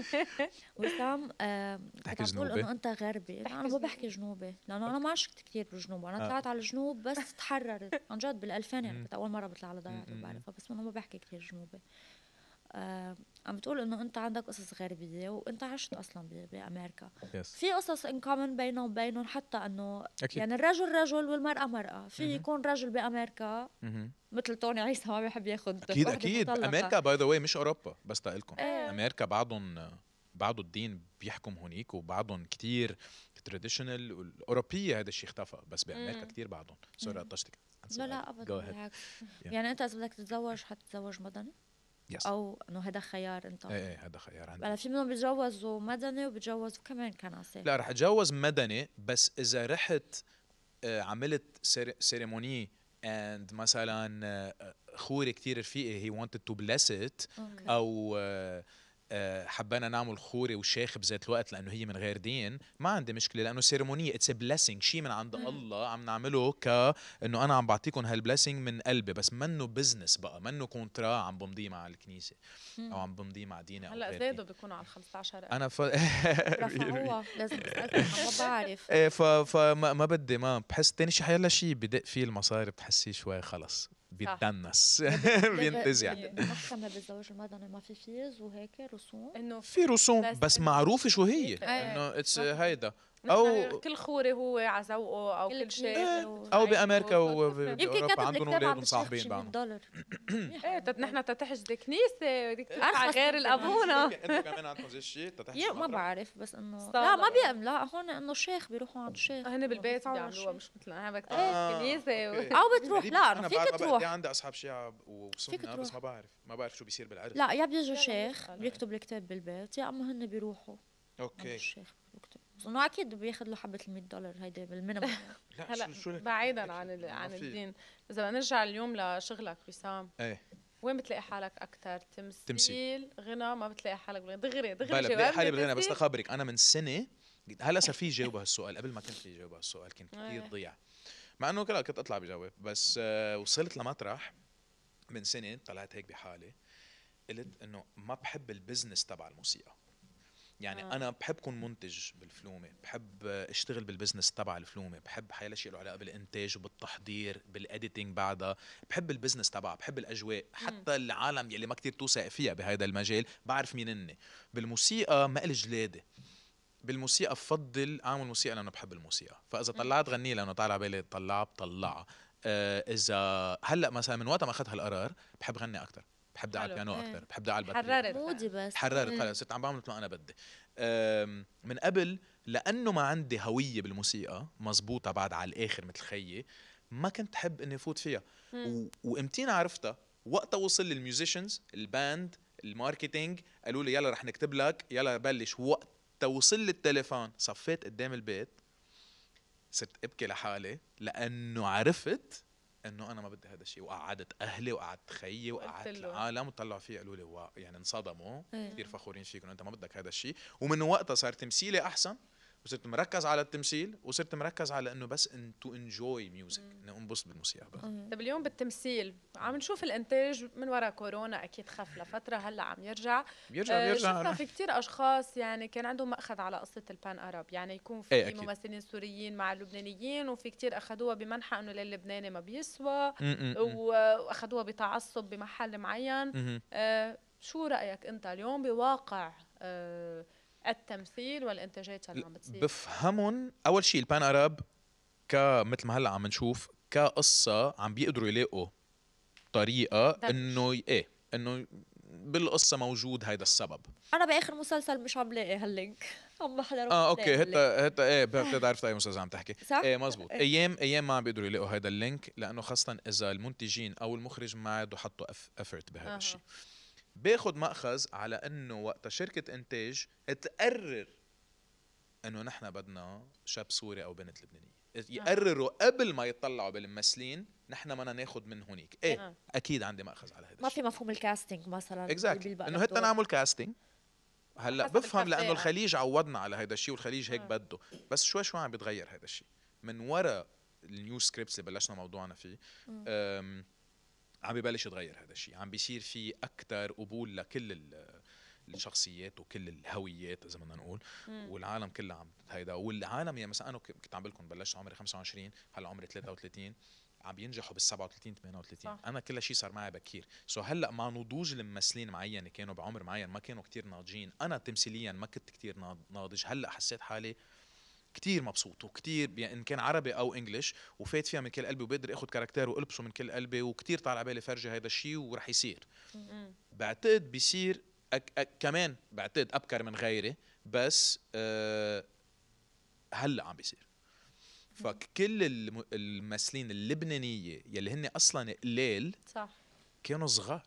وسام آه،
بتحكي
كنت عم تقول
جنوبي؟
انه انت غربي لا انا ما بحكي جنوبي لانه انا ما عشت كثير بالجنوب انا
آه.
طلعت على الجنوب
<laughs>
بس تحررت عن جد بال2000 يعني
مم.
كنت اول مره بطلع على ضيعه
مم، مم،
البعرفه بس انه ما بحكي كثير جنوبي آه، عم بتقول انه انت عندك قصص غربيه وانت عشت اصلا ب- بامريكا
يس
في قصص ان كومن بينهم وبينهم حتى انه
اكيد
يعني الرجل رجل والمراه مراه في
مهم.
يكون رجل بامريكا
مهم.
مثل توني عيسى ما بيحب ياخذ
اكيد
وحدة
اكيد
مطلقة.
امريكا باي ذا واي مش اوروبا بس تقلكم
إيه.
امريكا بعضهم بعضه الدين بيحكم هونيك وبعضهم كتير تراديشنال الاوروبيه هذا الشيء اختفى بس بامريكا
مم.
كتير بعضهم سوري قطشتك
لا لا
جو
ابدا
اهيد
بالعكس
Yeah.
يعني انت اذا بدك تتزوج حتتزوج مدني
يس
او انه هذا خيار انت
ايه ايه هذا خيار عندي
بلا في منهم بيتجوزوا مدني وبيتجوزوا كمان كنسه
لا رح اتجوز مدني بس اذا رحت آه، عملت سيريموني اند مثلا آه، خوري كتير رفيقي هي wanted تو bless it
أوكي.
او آه، آه، حبينا نعمل خوري وشيخ بذات الوقت لانه هي من غير دين ما عندي مشكله لانه سيرمونيه اتس بليسنج شيء من عند
مم.
الله عم نعمله ك انه انا عم بعطيكم هالبليسنج من قلبي بس منه بزنس بقى منه كونترا عم بمضيه مع الكنيسه
مم.
او عم بمضيه مع ديني او
هلا
غير
زادوا
ديني.
بيكونوا على ال 15
انا ف... <laughs>
رفعوها لازم اسالك أنا ما بعرف
ايه ف فما ما بدي ما بحس تاني شيء حيلا شيء بدق فيه المصاري بتحسيه شوي خلص بيتدنس <laughs> بينتزع
المحكمه بالزواج المدني ما في فيز وهيك
إيه،
رسوم
انه
في رسوم
بس
بس
إنه-
معروفة شو هي
إيه.
انه اتس هيدا أو-
أو كل خوري هو على ذوقه أو كل شيء
إيه.
او بامريكا
يمكن
وباوروبا
كاتب
عندهم
الكتاب
اولادهم
عم
صاحبين
صاحبين
بعضهم
دولار
ايه تت نحن تتحشد كنيسة
آه،
بدك تدفع
أرخص
غير
<laughs>
من <laughs>
الأبونا
انتوا كمان عندكم زي الشيء
يا ما بعرف بس انه
صالة
لا ما
يعني.
بيعمل لا هون انه شيخ بيروحوا عند شيخ
هن بالبيت
بيصوروا
بيعملوها
شيء.
مش مثلنا انا بدك
آه،
تروح كنيسة و-
أوكي. <laughs>
او بتروح لا انه فيك
بقى
تروح
عندي اصحاب إيه شيعة وسنة بس
تروح.
ما بعرف ما بعرف شو بيصير بالعرس
لا يا بيجي
لا،
شيخ
بيسأل.
بيكتب الكتاب بالبيت يا اما هن بيروحوا عند
اوكي
الشيخ بيكتب بس انه اكيد بياخذ له حبه ال 100 دولار هيدي بالمينيمم
لا
هلا
شو شو لك؟
بعيدا عن ال-
ما
عن
في.
الدين إذا بدنا نرجع اليوم لشغلك وسام
ايه
وين بتلاقي حالك أكثر تمثيل,
تمثيل.
غنى ما بتلاقي حالك بالغنى دغري
بلا
دغري
بدي حالي بالغنى بس
تمثيل.
لخبرك انا من سنه هلا صار في جاوب هالسؤال قبل ما كنت في جاوب هالسؤال كنت كثير
إيه.
ضيع مع انه كلا كنت اطلع بجاوب بس آه، وصلت لمطرح من سنه طلعت هيك بحالي قلت انه ما بحب البزنس تبع الموسيقى يعني
آه.
آه. انا بحب كون منتج بالفلومه بحب اشتغل بالبزنس تبع الفلومه بحب حيلا شيء له علاقه بالانتاج وبالتحضير بالاديتنج بعدها بحب البزنس تبعها بحب الاجواء حتى العالم يلي ما كتير توثق فيها بهذا المجال بعرف مين هن بالموسيقى مقل جلاده بالموسيقى بفضل اعمل موسيقى لانه بحب الموسيقى فاذا طلعت غنيه لانه طالع على بالي طلعها بطلعها آه، اذا هلا مثلا من وقت ما اخذت هالقرار بحب غني اكثر بحب دعي على
حلو.
البيانو
إيه.
اكثر بحب دعي على الباتريق
حررت
مودي بس
حررت
مم.
خلص صرت عم بعمل مثل ما انا بدي أم، من قبل لانه ما عندي هويه بالموسيقى مزبوطة بعد على الاخر مثل خيي ما كنت حب اني فوت فيها و... وامتين عرفتها وقتها وصل للميوزيشنز الباند الماركتينج قالوا لي يلا رح نكتب لك يلا بلش وقت توصل للتليفون صفيت قدام البيت صرت ابكي لحالي لانه عرفت انه انا ما بدي هذا الشيء وقعدت اهلي وقعدت خيي وقعدت
له.
العالم وطلعوا آه، فيه قالوا لي واو يعني انصدموا
إيه.
كثير فخورين فيك انه انت ما بدك هذا الشيء ومن وقتها صار تمثيلي احسن وصرت مركز على التمثيل وصرت مركز على انه بس ان تو انجوي ميوزك
إيه.
انه انبسط بالموسيقى بس
طب اليوم بالتمثيل عم نشوف الانتاج من وراء كورونا اكيد خف لفتره هلا عم يرجع
بيرجع
آه،
بيرجع
شفنا في كتير اشخاص يعني كان عندهم مأخذ على قصه البان ارب يعني يكون في
إيه، أكيد.
ممثلين سوريين مع اللبنانيين وفي كتير اخذوها بمنحى انه للبناني ما بيسوى
م- م- م.
و- واخذوها بتعصب بمحل معين
مهم.
آه، شو رايك انت اليوم بواقع آه، التمثيل والانتاجات اللي عم بتصير
بفهمهم اول شيء البان اراب كمثل ما هلا عم نشوف كقصه عم بيقدروا يلاقوا طريقه
دمج.
انه ي- ايه انه بالقصه موجود هيدا السبب
انا باخر مسلسل مش عم لاقي هاللينك عم بحضر
اه اوكي هتا هتا ايه بتقدر عرفت اي مسلسل عم تحكي
صح؟
ايه مزبوط
إيه.
ايام ايام ما عم بيقدروا يلاقوا هذا اللينك لانه خاصه اذا المنتجين او المخرج ما عادوا حطوا افورت بهذا
أها.
الشيء باخذ ماخذ على انه وقت شركه انتاج تقرر انه نحن بدنا شاب سوري او بنت لبنانيه يقرروا قبل ما يطلعوا بالممثلين نحن بدنا ناخذ من هونيك ايه
آه.
اكيد عندي ماخذ على هذا
ما
الشيء
في مفهوم الكاستنج مثلا
اكزاكتلي
بالبقى
انه هتا
الدور.
نعمل كاستنج هلا
حسب
بفهم لانه
الكفاءة.
الخليج عودنا على هذا الشيء والخليج هيك
آه.
بده بس شوي شوي عم بيتغير هذا الشيء من وراء النيو سكريبتس اللي بلشنا موضوعنا فيه أم، عم ببلش يتغير هذا الشيء عم بيصير في اكثر قبول لكل ال- الشخصيات وكل الهويات اذا بدنا نقول والعالم كلها عم هيدا والعالم يعني مثلا انا ك- كنت عم بقول لكم بلشت عمري 25 هلا عمري 33 عم بينجحوا بال 37 38
صح.
انا كل شيء صار معي بكير سو هلا مع نضوج الممثلين معين كانوا بعمر معين ما كانوا كتير ناضجين انا تمثيليا ما كنت كتير ناض- ناضج هلا حسيت حالي كتير مبسوط وكتير يعني ان كان عربي او انجليش وفات فيها من كل قلبي وبقدر اخذ كاركتير والبسه من كل قلبي وكتير طالع بالي فرجي هذا الشيء ورح يصير
مم.
بعتقد بيصير أك أك كمان بعتقد ابكر من غيري بس أه هلا عم بيصير فكل الم- الممثلين اللبنانيه يلي هن اصلا قليل
صح
كانوا صغار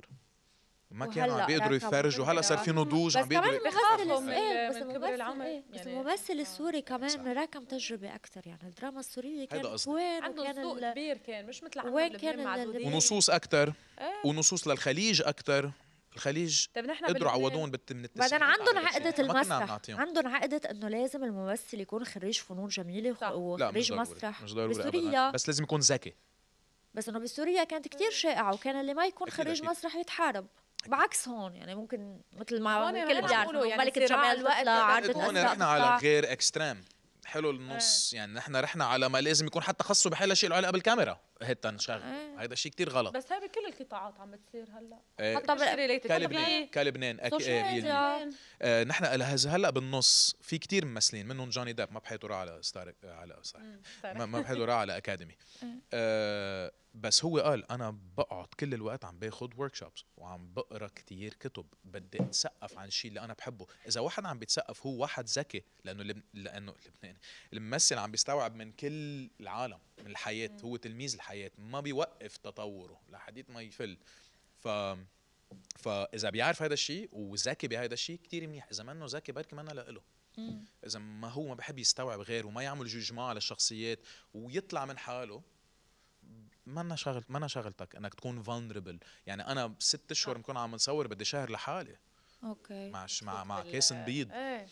ما كانوا
وهلأ
عم بيقدروا
ركبوا
يفرجوا هلا صار في نضوج
بس
عم
كمان
بيقدروا
الممثل
بخافوا من-
إيه،
من
بس
كبر
الممثل
العمر،
إيه، بس
يعني.
الممثل السوري
صح.
كمان راكم تجربه اكثر يعني الدراما السوريه كانت
قصدي.
وين
عندهم
وكان
سوق
ال-
كبير كان مش مثل عندنا
وين
بلبنان
كان
معدودين.
اللبناني؟
ونصوص اكثر
إيه.
ونصوص للخليج اكثر الخليج
طب نحن
قدروا
بلبنان-
عوضون بالت- من
طيب بعدين
التسعينات
عندهم
على
عقدة
التسعينات. يعني ما كنا عم
المسرح
نعطيهم
عندهم عقدة انه لازم الممثل يكون خريج فنون جميلة
صح.
وخ-
لا،
لا مش
وخريج
ضروري
مسرح
مش ضروري
بسوريا
أبداً. بس لازم يكون ذكي
بس انه بسوريا كانت كتير شائعة وكان اللي ما يكون
أكيد،
خريج
أكيد.
مسرح يتحارب بعكس هون يعني ممكن مثل ما
هون يعني
الكل
عم
بيعرف
بيقولوا يعني
ملكة
صراع
جمال
الوقت
تطلع
بدها
عدة
تكون.
هون
أزرق
رحنا على
تطلع
غير اكستريم حلو النص
إيه.
يعني نحن رحنا على ما لازم يكون حتى خصو بحالها شيء له علاقه بالكاميرا هيدا نشغل
إيه.
هيدا شيء كتير غلط
بس هاي بكل القطاعات عم بتصير هلا
إيه،
حتى بال-
كلبنان كلبنان أكي-
سوشيال
إيه،
ميديا.
يعني- آه، نحن لهز- هلا بالنص في كتير ممثلين منهم جوني ديب ما بحيدوا على ستار على ستار ما ما بحيدوا على اكاديمي آه، بس هو قال انا بقعد كل الوقت عم باخد ورك شوبس وعم بقرا كتير كتب بدي اتسقف عن الشيء اللي انا بحبه اذا واحد عم بيتسقف هو واحد ذكي لانه لب... لانه لبناني الممثل عم بيستوعب من كل العالم من الحياه هو تلميذ الحياه ما بيوقف تطوره لحديت ما يفل ف فاذا بيعرف هذا الشيء وذكي بهذا الشيء كتير منيح اذا منه ذكي بركي ما له
مم.
اذا ما هو ما بحب يستوعب غيره وما يعمل جوجما على الشخصيات ويطلع من حاله منا شغل منا شغلتك انك تكون vulnerable يعني انا ست اشهر بكون عم نصور بدي شهر لحالي
اوكي
مع ش- مع مع كاس بيض
ايه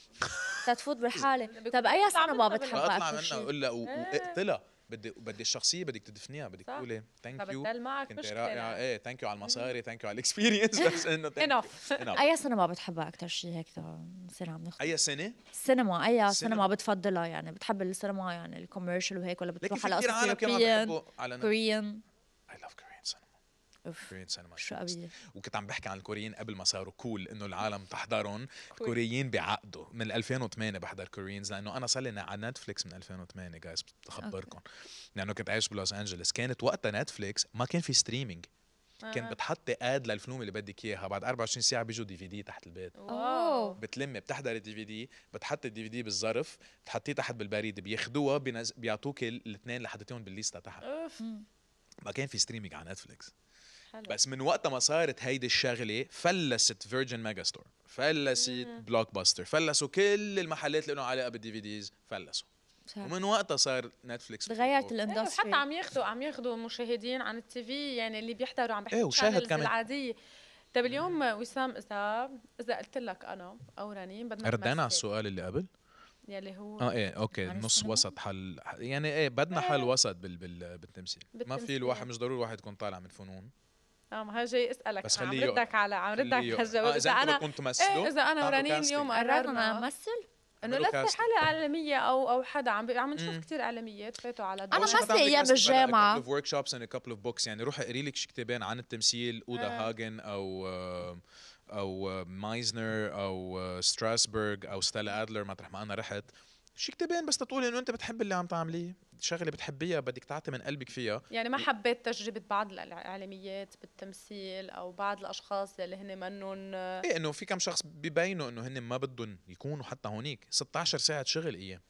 تتفوت بالحالة
بيكون
طب أي
يعني بيطلع
سينما
منها
بتحب
فاطلع
أكثر
منها
شيء
وقول لها و-
إيه.
واقتلها بدي بدي الشخصيه بدك تدفنيها بدك
صح.
تقولي ثانك يو
فبتضل معك
كنت
مشكله
رائعه ايه ثانك يو على المصاري ثانك يو على الاكسبيرينس بس انه thank you.
انف
enough.
اي سينما بتحبها اكثر شيء هيك تا نصير عم نخ...
اي سنه
السينما اي
السينما.
سينما بتفضلها يعني بتحب السينما يعني الكوميرشال وهيك ولا
لكن
بتروح
في
على
كثير عالم
قصص
كمان
يوروبيان
بحبوا على اي
كوريان
لاف كوريان سينما
اوف
كوريان سينما
شو قوية
وكنت عم بحكي عن الكوريين قبل ما صاروا كول انه العالم تحضرهم الكوريين بعقدوا من 2008 بحضر كوريينز لانه انا صار لي على نتفليكس من 2008 جايز بخبركم لانه كنت عايش بلوس انجلوس كانت وقتها نتفليكس ما كان في ستريمينج كان بتحطي اد للفيلم اللي بدك اياها بعد 24 ساعه بيجوا دي في دي تحت البيت
واو
بتلمي بتحضر الدي في دي بتحط الدي في دي بالظرف بتحطيه تحت بالبريد بياخدوها بينز... بيعطوك الاثنين اللي حطيتيهم بالليستا تحت
اوف
ما كان في ستريمينج على نتفليكس
حلو
بس من وقت ما صارت هيدي الشغله فلست فيرجن ميجا ستور فلست بلوك باستر فلسوا كل المحلات اللي لهم علاقه بالدي في ديز فلسوا
صح.
ومن أيوة، وقتها صار نتفليكس
تغيرت
إيه، وحتى
الاندستري
عم ياخذوا عم ياخذوا مشاهدين عن التي في يعني اللي بيحضروا عم
إيه،
بيحضروا
وشاهد
channels
كمان.
العاديه طيب اليوم وسام اذا اذا قلت لك انا او رنين بدنا
ردينا على
نمثل
السؤال اللي قبل
يلي هو
اه ايه اوكي
عن
نص
السينما؟
وسط حل يعني ايه بدنا
إيه.
حل وسط بال... بال... بالتمثيل ما في
بالتمثيل.
الواحد مش ضروري الواحد يكون طالع من فنون
اه ما هي جاي اسالك
بس
عم
خليه يقرأ.
ردك على عم ردك
خليه-
على
آه،
الجواب
اذا
اذا انا
انتم بدكم
ايه
تمثلوا
اذا انا
تعملوا
ورنين
casting.
اليوم
قررنا
قررنا
امثل
انه
اعملوا
لسه
casting.
حلقه عالميه او او حدا عم بي- عم نشوف
مم.
كثير اعلاميات فاتوا على
أنا
دور.
ما مثلي إياه بالجامعة.
كابل اوف ورك شوبس اند كابل اوف بوكس يعني روح اقري لك شي كتابين عن التمثيل اودا
آه.
هاجن او آه، او آه، مايزنر او آه، ستراسبرغ او ستيلا ادلر مطرح ما انا رحت شي كتابين بس تقول انه انت بتحب اللي عم تعمليه شغله بتحبيها بدك تعطي من قلبك فيها
يعني ما حبيت تجربه بعض الاعلاميات بالتمثيل او بعض الاشخاص يلي هن منن
آه.
ايه انه في كم شخص ببينوا انه هن ما بدهم يكونوا حتى هونيك 16 ساعه شغل اياه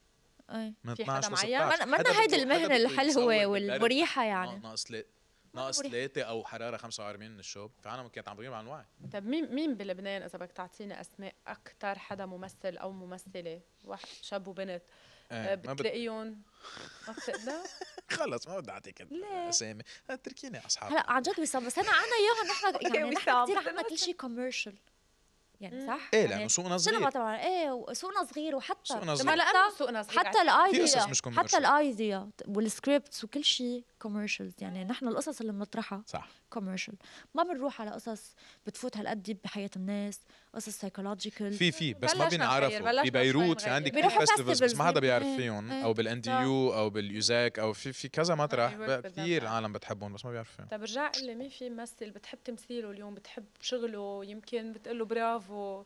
إيه.
من
في
12
حدا
ل
معين؟
16 حدا
منا هيدي
بده- حدا
المهنة
بده يتصور
الحلوة
بالبرد.
والمريحة
نا-
يعني
ناقص ثلاث ناقص
مريح.
ثلاثه او حراره 45 من الشوب في عالم كانت عم بغيب عن الوعي
طب مين مين بلبنان اذا بدك تعطينا اسماء اكثر حدا ممثل او ممثله واحد شاب وبنت
إيه، ما
آه،
بد-
بتلاقيهم ما
<laughs>
بتقدر
خلص ما بدي اعطيك
ليه؟
اسامي اتركيني اصحابي
هلا عن جد وسام بس انا عنا اياهم <laughs> نحن يعني نحن
وسام.
كثير عنا كل شيء كوميرشال يعني
مم.
صح؟
ايه
يعني
لانه سوقنا
سينما
صغير
طبعا ايه وسوقنا صغير وحتى
سوقنا
طب هلا
صغير
انا سوقنا
في قصص
حتى الايديا
مش commercial.
حتى الايديا والسكريبتس وكل شيء كوميرشالز يعني نحن القصص اللي بنطرحها
صح
كوميرشال ما بنروح على قصص بتفوت هالقد ديب بحياه الناس قصص سايكولوجيكال
في في بس ما
بلشنا نغير،
بينعرفوا
بلشنا
ببيروت في
شوي
عندك
نغير.
كثير
بيروحوا
فيستيفالز بس
festivals
ما حدا بيعرف
إيه،
فيهم
إيه.
او بالانديو او باليوزاك او في في كذا مطرح
أيوة،
بقى
بالضبط.
كثير عالم بتحبهم بس ما بيعرفوا فيهم
طب رجع قول لي مين في ممثل بتحب تمثيله اليوم بتحب شغله يمكن بتقول له برافو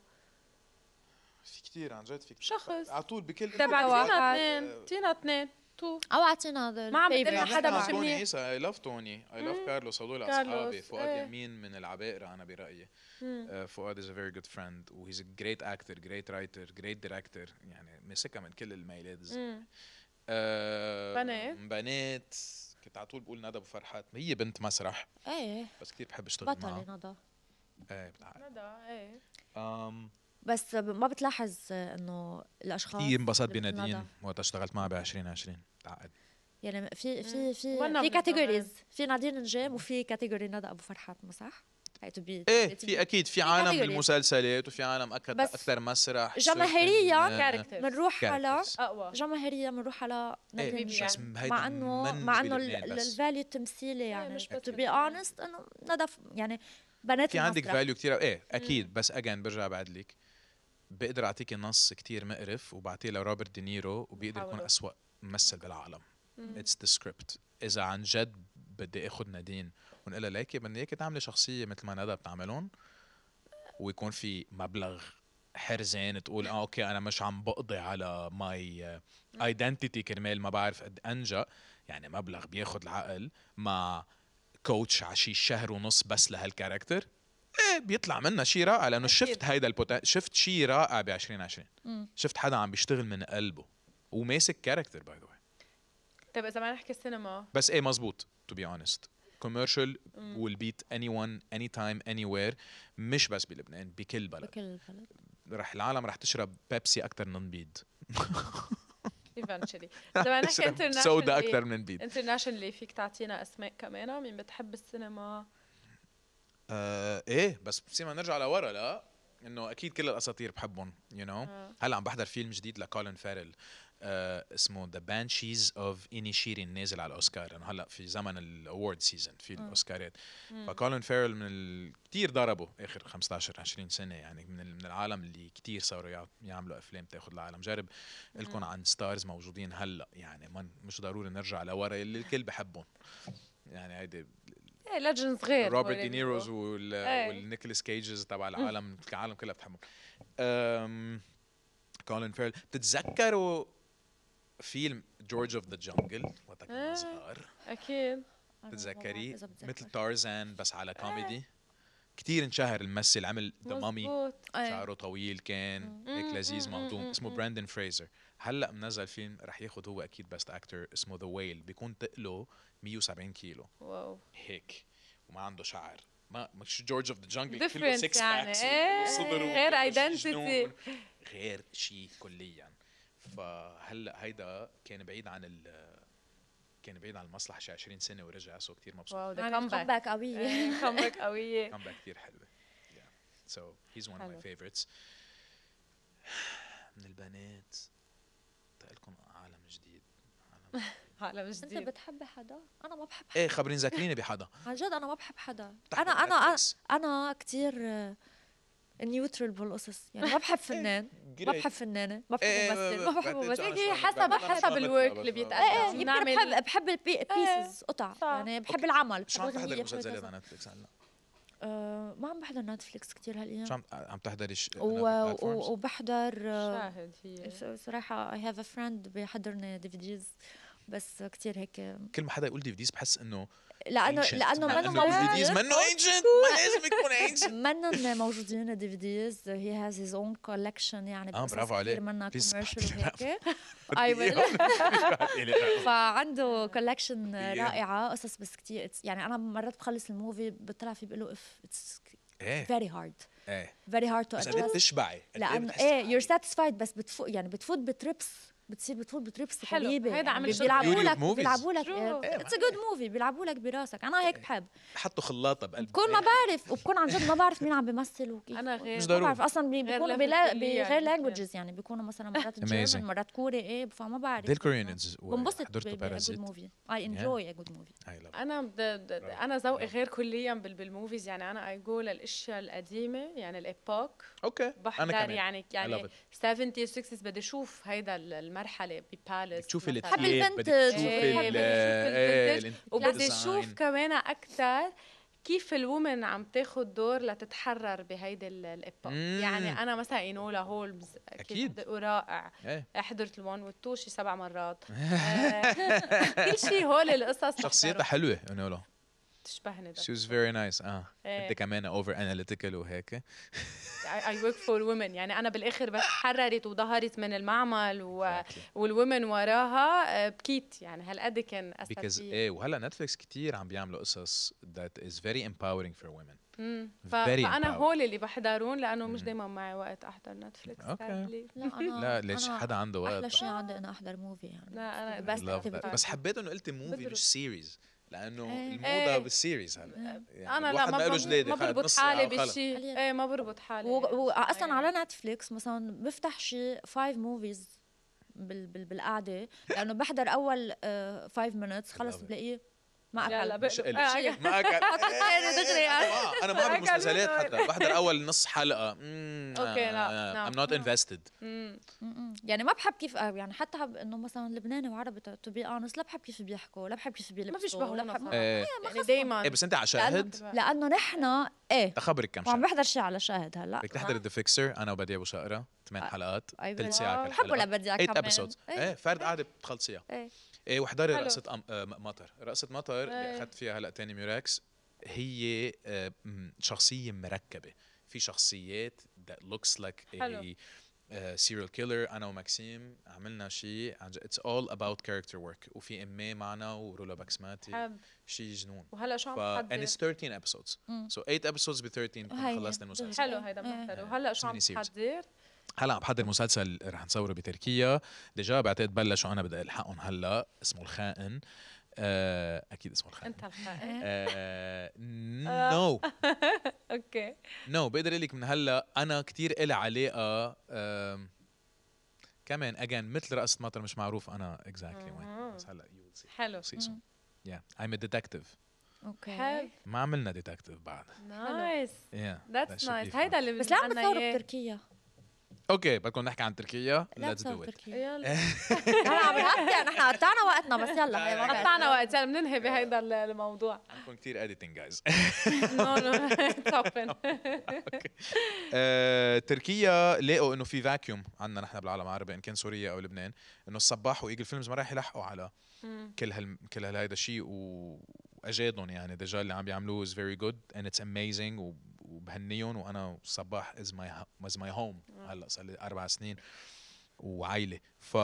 في كثير عن جد في
شخص.
على طول بكل
طب اعطينا
واحد.
آه.
اثنين اعطينا اثنين تو
او اعطينا هذا
ما عم
ال
بتقلنا
favorite.
حدا
حدا
بعجبني.
يعني توني عيسى اي لاف توني اي لاف كارلوس هدول
كارلوس،
اصحابي
إيه.
فؤاد يمين من العبائره انا برايي آه، فؤاد از ا فيري جود فريند وهيز ا جريت اكتر جريت رايتر جريت دايركتور يعني مسكها من كل الميلاد
مم.
آه،
بنات.
بنات كنت على طول بقول ندى ابو فرحات هي بنت مسرح
ايه
بس كثير بحب اشتغل
بطلة
معها
ندى
ايه بتعرف
ندى ايه
أم،
بس ما بتلاحظ انه الاشخاص
كثير انبسطت
اللي بتنادى.
بنادين وقت اشتغلت معها ب 2020 تعقد
يعني في في
وأنا
في في
من زمان.
كاتيجوريز في نادين نجام وفي كاتيجوري ندى ابو فرحات ما صح؟ هي تو بي
ايه في اكيد في عالم
categories.
بالمسلسلات وفي عالم اكثر
بس
اكثر مسرح
جماهيرياً
certain، آه،
كاركتر
بنروح على
characters.
اقوى
جماهيرية بنروح على نادين
ايه
نجام
بس
يعني.
هيدا
مع انه
من
مع انه
بلبنان بس.
الفاليو التمثيلي يعني
إيه، مش
تو
بس
بي
بلبنان.
اونست انه ندى ف- يعني بنات
في عندك
المسرح.
فاليو كتير ايه اكيد بس اجين برجع بعد لك بقدر اعطيكي نص كتير مقرف وبعطيه لروبرت دينيرو وبيقدر يكون
حاوله.
أسوأ ممثل بالعالم اتس ذا سكريبت اذا عن جد بدي اخذ نادين ونقول لها ليكي بدي اياكي تعملي شخصيه مثل ما ندى بتعملهم ويكون في مبلغ حرزين تقول اه اوكي انا مش عم بقضي على ماي ايدنتيتي كرمال ما بعرف قد انجا يعني مبلغ بياخد العقل مع كوتش عشي شهر ونص بس لهالكاركتر ايه بيطلع منا شيء رائع لانه
أكيد.
شفت هيدا البوتا... شفت شيء رائع ب 2020
مم.
شفت حدا عم بيشتغل من قلبه وماسك كاركتر باي ذا واي
طب اذا ما نحكي سينما
بس ايه مزبوط تو بي اونست كوميرشال will beat anyone anytime anywhere مش بس بلبنان بكل بلد
بكل البلد
رح العالم رح تشرب بيبسي اكثر من بيض
ايفنتشلي اذا ما نحكي
<laughs> تشرب
انترناشونال
سودا اكثر من بيض
انترناشونالي فيك تعطينا اسماء كمان مين بتحب السينما
آه ايه بس بصير ما نرجع لورا لا انه اكيد كل الاساطير بحبهم يو you know?
آه.
هلا عم بحضر فيلم جديد لكولin فارل آه اسمه ذا بانشيز اوف انيشيرين نازل على الاوسكار لانه هلا في زمن الاورد سيزون في الاوسكارات فكولن فيرل من ال... كتير ضربوا اخر 15 20 سنه يعني من ال- من العالم اللي كتير صاروا يع- يعملوا افلام تاخذ العالم جرب لكم عن ستارز موجودين هلا يعني من مش ضروري نرجع لورا اللي الكل بحبهم يعني هيدي
ايه ليجندز غير يعني.
روبرت
هول
دينيروز
اللي
وال...
إيه.
والنيكولاس كيجز تبع العالم العالم كلها بتحبهم أم... كولين فيرل بتتذكروا فيلم جورج اوف ذا جنجل وقت كنا
إيه.
صغار
بيقولوا. اكيد
أنا
بتتذكريه
ما بعرف إذا
مثل
بتذكر.
تارزان بس على كوميدي كتير انشهر الممثل عمل ذا مامي
مزبوط.
إيه.
شعره طويل كان هيك لذيذ مهضوم اسمه براندن فريزر هلا منزل فيلم رح ياخذ هو اكيد بست اكتر اسمه ذا ويل بيكون تقله 170 كيلو
واو
هيك وما عنده شعر ما مش جورج اوف ذا جنجل كله
ديفرنت
سكس
يعني
باكس
إيه،
وصدر
غير
وجنون.
identity.
غير شيء كليا فهلا هيدا كان بعيد عن ال كان بعيد عن المصلحه شي 20 سنه ورجع سو كثير مبسوط
واو ده
عامل
<laughs> كمباك
comeback قوية <laughs>
كمباك قوية
كامباك كثير حلوه سو هيز ون اوف ماي
حلو.
فيفورتس من البنات تقلكم عالم جديد عالم
عالم
انت
جديد
بتحبي حدا؟ انا ما بحب
ايه خبرين ذاكريني بحدا
عن جد انا ما بحب حدا
بتحضر
انا انا
Netflix؟
انا كثير نيوترال آه، بالقصص يعني ما بحب
<laughs>
فنان ما
Great.
بحب فنانه ما بحب
إيه،
ممثل ما بحب
بعتقد
ممثل
أنا
هي
شاطر.
حسب-
بعتقد إيه، أنا
حسب
شاطر.
الwork اللي
بس-
بيتقدم.
ايه يمكن
نعمل- إيه.
بحب بحب البيسز قطع
صح.
يعني بحب العمل
شو
بحب
عم تحضر
الغنية بحب
مسلسلات
كذا. نعم.
على نتفلكس هلا؟
آه، ما عم بحضر نتفليكس كثير
شو
هالايام
عم عم تحضري ش...
و-
another
و-
platforms؟
وبحضر آه،
شاهد هي
صراحة I have a friend بيحضرني ديفيديز بس كثير هيك
كل ما حدا يقول ديفيديز بحس انه
لأنه
ancient.
لأنه
مع
منه
انه ديفيديز
موجودين
منه انشنت ما لازم يكون
<laughs>
انشنت
منن موجودين دي في ديز هي هاز هيز اون كولكشن يعني
آه،
بقصص
برافو
كتير
عليك.
منها
Please
كوميرشال
بعتلي رقم. <laughs>
وهيك
I
أيوة،
will.
يعني
فعنده كولكشن
كتير.
رائعه آه، قصص بس كتير it's- يعني انا مرات بخلص الموفي بطلع فيه بقول له اف اتس
ايه
فيري هارد
ايه
فيري هارد تو
بس قد إيه
ادجست
بتشبعي قد إيه
لانه
بتحسي
ايه يور
حالك.
ساتيسفايد بس بتفوت يعني بتفوت بتريبس بتصير بتفوت بتريبس
حلو.
غريبة يعني
هيدا عم يشوف
بيلعبوا
Beauty
لك
of movies.
بيلعبوا لك
True.
إيه،
اتس ا جود موفي بيلعبوا لك براسك انا هيك بحب
حطوا خلاطه بقلب يعني.
بكون ما بعرف وبكون عن جد ما بعرف مين عم بيمثل وكيف
أنا غير.
مش
ما
ضروري.
بعرف اصلا بي-
غير
بيكونوا
level
بلا-
كلية يعني
بغير
كتير.
لانجوجز يعني بيكونوا مثلا
<laughs>
مرات
Amazing.
جيرمن مرات كوري ايه فما بعرف
ديل كوريانز
بنبسط
حضرته بارازيت
موفي اي انجوي ا جود موفي
I love it.
انا بد... د- د- انا ذوقي غير كليا بال... بالموفيز يعني انا اي جو للاشياء القديمه يعني الابوك
اوكي انا
بحضر
كمان
يعني
love
يعني
it.
70 60 بدي اشوف هيدا ال- المرحله بباليس
بتشوفي
مثلاً.
الثياب
الفيديو.
بدك
إيه،
تشوفي
إيه،
ال-
بدي أشوف
إيه،
الفيديو.
ال-
وبدي
design.
اشوف كمان اكثر كيف الومن عم تاخد دور لتتحرر بهيدي ال- الابوك
مم.
يعني انا مثلا اينولا هولمز
أكيد.
بدي- رائع
إيه.
حضرت الون والتو شي سبع
<laughs>
مرات آه، كل شيء هول القصص
شخصيتها
بحضرهم.
حلوه انولا
بتشبهني
she was very nice اه
إيه.
انت كمان اوفر اناليتيكال وهيك
اي ورك فور وومن يعني انا بالاخر بس حررت وظهرت من المعمل و...
Exactly.
والومن وراها آه، بكيت يعني هالقد كان اثر
because
فيي.
ايه وهلا نتفلكس كتير عم بيعملوا قصص that is very empowering for women
مم. ف...
very
فانا
empowered.
هول اللي بحضرون لانه مش
مم.
دائما معي وقت احضر نتفليكس
Okay.
sadly.
لا انا
<laughs> لا ليش
أنا
حدا عنده وقت
احلى شيء عندي انا احضر موفي يعني
لا، أنا
بس
I love that.
activity.
بس حبيت انه قلت موفي
بدرس.
مش سيريز لانه
إيه.
الموضه
إيه.
بالسيريز هلا يعني
انا لا
الواحد
ما
له
بربط-
جلادة،
ما
خلص،
بربط
نص آه، ساعة
حالي
وخلص.
بشيء
خلينا.
ايه ما بربط حالي
واصلا
يعني.
على نتفليكس مثلا بفتح شي فايف موفيز بال بال بالقعده لانه بحضر اول فايف مينتس خلص
Love it.
بلاقيه ما
لا لا
اكل
مش
بقلب
قلت.
آه، يعني
ما اكل
<laughs>
أنا دغري
إيه،
<laughs>
آه، انا ما بحضر
أكل
مسلسلات
منه.
حتى بحضر اول نص حلقه
أوكي، لا،
لا
لا.
I'm not invested
مم.
م-م. يعني ما بحب كيف قوي يعني حتى حب انه مثلا لبناني وعربي تو بي اونست لا بحب كيف بيحكوا لا بحب كيف بيلبسوا لا
بيشبهونا
بحب-
صراحة.
ايه
يعني دايما
إيه، بس انت على شاهد
لانه نحن ايه
تخبرك كم
وعم
شهر
بحضر شيء على شاهد هلا
بدك تحضر ذا فيكسر انا وبديع ابو شقره ثمان
آه،
حلقات
أيوة.
ثلث ساعه
آه. طيب، واو.
كل
حبوا
حلقه
لبديع
8
كمان
ابيسودز
إيه.
ايه فرد قاعده بتخلصيها
إيه.
ايه وحضري
حلو.
رقصه أم... آه، م- مطر رقصه مطر اللي
إيه.
اخذت فيها هلا تاني ميراكس هي آه، م- شخصيه مركبه في شخصيات that looks like a آه،
حلو.
سيريال كيلر انا وماكسيم عملنا شيء عن اتس اول اباوت كاركتر ورك وفي امي معنا ورولا باكسماتي
حب
شيء جنون
وهلا شو
ف
عم
and
تحضر
it's 13 episodes
مم.
so 8 episodes ب 13
هاي.
بكون خلصنا المسلسل
حلو هيدا
إيه.
بحضر وهلا شو عم
mini series. <laughs>
تحضر
هلا عم بحضر مسلسل رح نصوره بتركيا ديجا بعتقد بلشوا انا بدي الحقهم هلا اسمه الخائن آه اكيد اسمه الخائن
انت الخائن
آه، نو
اوكي
نو بقدر اقول لك من هلا انا كثير إلي علاقه آم، كمان اجين مثل رقصه مطر مش معروف انا اكزاكتلي وين
آه.
بس هلا يو سي
حلو
سي سون يا ايم ا ديتكتيف
حلو
اوكي
ما عملنا ديتكتيف بعد
نايس
يا
ذاتس نايس هيدا اللي
آه. بس ليه عم
بدنا
ثوره
إياه.
بتركيا؟
اوكي بدكم نحكي عن تركيا
لا
ليتس
بثوره
دو ات <laughs>
بتركيا
يلا
هلا عم نقطع نحن قطعنا وقتنا بس
لا،
يلا هي
لا،
ما
قطعنا وقت يلا بننهي بهيدا ال-
<laughs>
الموضوع <laughs>
عندكم كثير اديتنج جايز
نو <laughs> نو طفن <laughs>
آه، تركيا لقوا انه في فاكيوم عندنا نحن بالعالم العربي ان كان سوريا او لبنان انه الصباح وايجل فيلمز ما راح يلحقوا على كل هال كل هالهيدا الشيء و- واجادهم يعني دجال اللي عم بيعملوه از فيري جود اند اتس اميزنج وبهنيهم وانا الصباح از ماي از ماي هوم هلا صار لي اربع سنين وعائله ف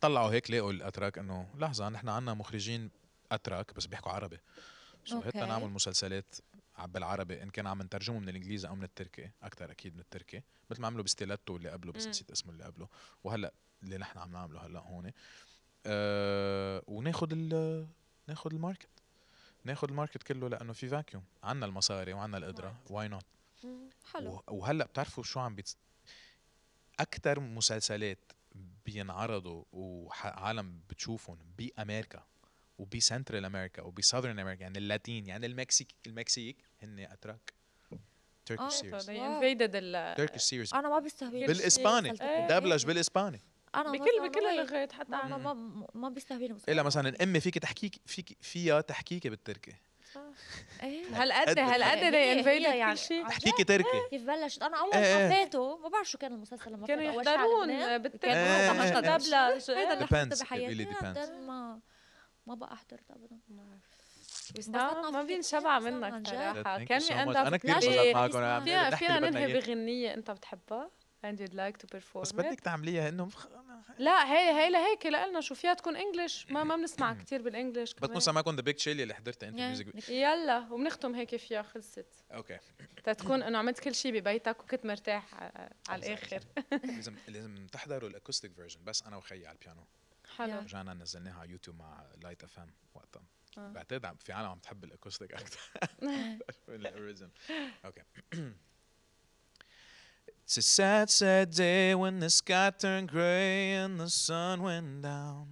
طلعوا هيك لقوا الاتراك انه لحظه نحن عندنا مخرجين اتراك بس بيحكوا عربي سو هيك
أوكي.
نعمل مسلسلات ع- بالعربي ان كان عم نترجمه من الانجليزي او من التركي اكثر اكيد من التركي مثل ما عملوا بستيلاتو اللي قبله بس
مم.
نسيت اسمه اللي قبله وهلا اللي نحن عم نعمله هلا هون أه وناخذ ال ناخذ الماركت ناخذ الماركت كله لانه في فاكيوم عندنا المصاري وعندنا القدره واي نوت
حلو
و- وهلا بتعرفوا شو عم بيت اكثر مسلسلات بينعرضوا وعالم بتشوفهم بامريكا وبسنترال امريكا وبساذرن امريكا يعني اللاتين يعني المكسيك المكسيك هن اتراك
آه،
تركي سيريز
انفيدد ال
تركي سيريز
انا ما بيستهويني
بالاسباني
مسلسل تركي.
دبلج بالاسباني
انا
بكل
مثلاً
بكل
ما-
اللغات
آه.
حتى
ما
عن
انا ما ما بيستهويني مسلسل
الا مثلا الامي فيك تحكيك فيك فيها تحكيكي بالتركي
إيه.
هالقد
قد-
هالقد
هي-
they
هي
invaded
يعني
كل شيء
عن جد.
تحكيكي تركي
كيف بلشت انا اول
إيه، إيه.
حطيته ما بعرف شو كان المسلسل لما
كانوا
فات أول شي على
يحضرون
لبنان.
إيه،
بالتلفزيون
إيه،
حتى
إيه.
دبلج
هذا
إيه.
اللي
Depends.
حضرته
It
بحياتي
really depends.
بعدين ما ما بقى حضرت ابدا بس
ما ما بينشبع
عن
منك
جد.
صراحه
Thank you
كان
so much.
عندك
انا كثير
لا شيء.
انبسطت معكم
فيها-
عم
فينا
نحكي
فينا
اللي بدنا
ننهي
إياه.
بغنيه انت بتحبها and you'd like to perform
بس
it؟
بدك تعمليها انه مخ-
لا هي هي لهيك لقلنا شو فيها تكون انجلش ما ما بنسمع كثير بالانجلش
بدكم
كمان
سمعكم ذا بيج تشيلي اللي حضرتها انت
يعني
ميوزك
يلا وبنختم هيك فيها خلصت
اوكي
تتكون انه عملت كل شيء ببيتك وكنت مرتاح ع- على الاخر
لازم لازم تحضروا الاكوستيك فيرجن بس انا وخيي على البيانو
حلو
Yeah.
رجعنا نزلناها على يوتيوب مع لايت اف ام وقتها
آه.
بعتقد عم- في عالم عم تحب الاكوستيك <laughs> اكثر من الاوريجن اوكي <clears throat> It's a sad, sad day when the sky turned gray and the sun went down.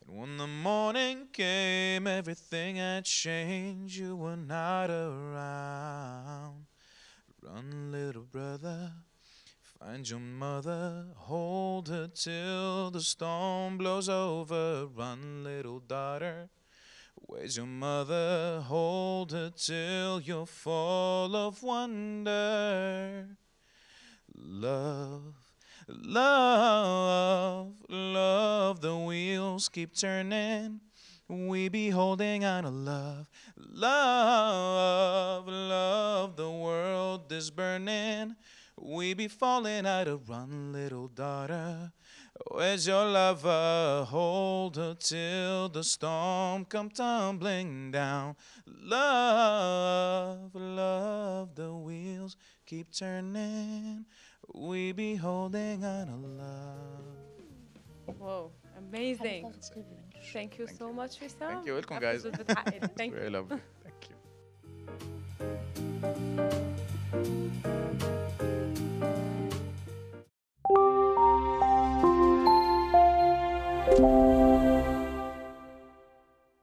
And when the morning came, everything had changed. You were not around. Run, little brother, find your mother, hold her till the storm blows over. Run, little daughter, where's your mother? Hold her till you're full of wonder. Love, love, love, the wheels keep turning. We be holding on to love, love, love, the world is burning. We be falling out of run, little daughter. Where's your lover? Hold her till the storm come tumbling down. Love, love, the wheels keep turning. We be holding on to love.
واو amazing
حلو.
thank you so much Wissam
Thank you. Welcome, guys. <laughs>
Episode بتعقد. thank you
lovely.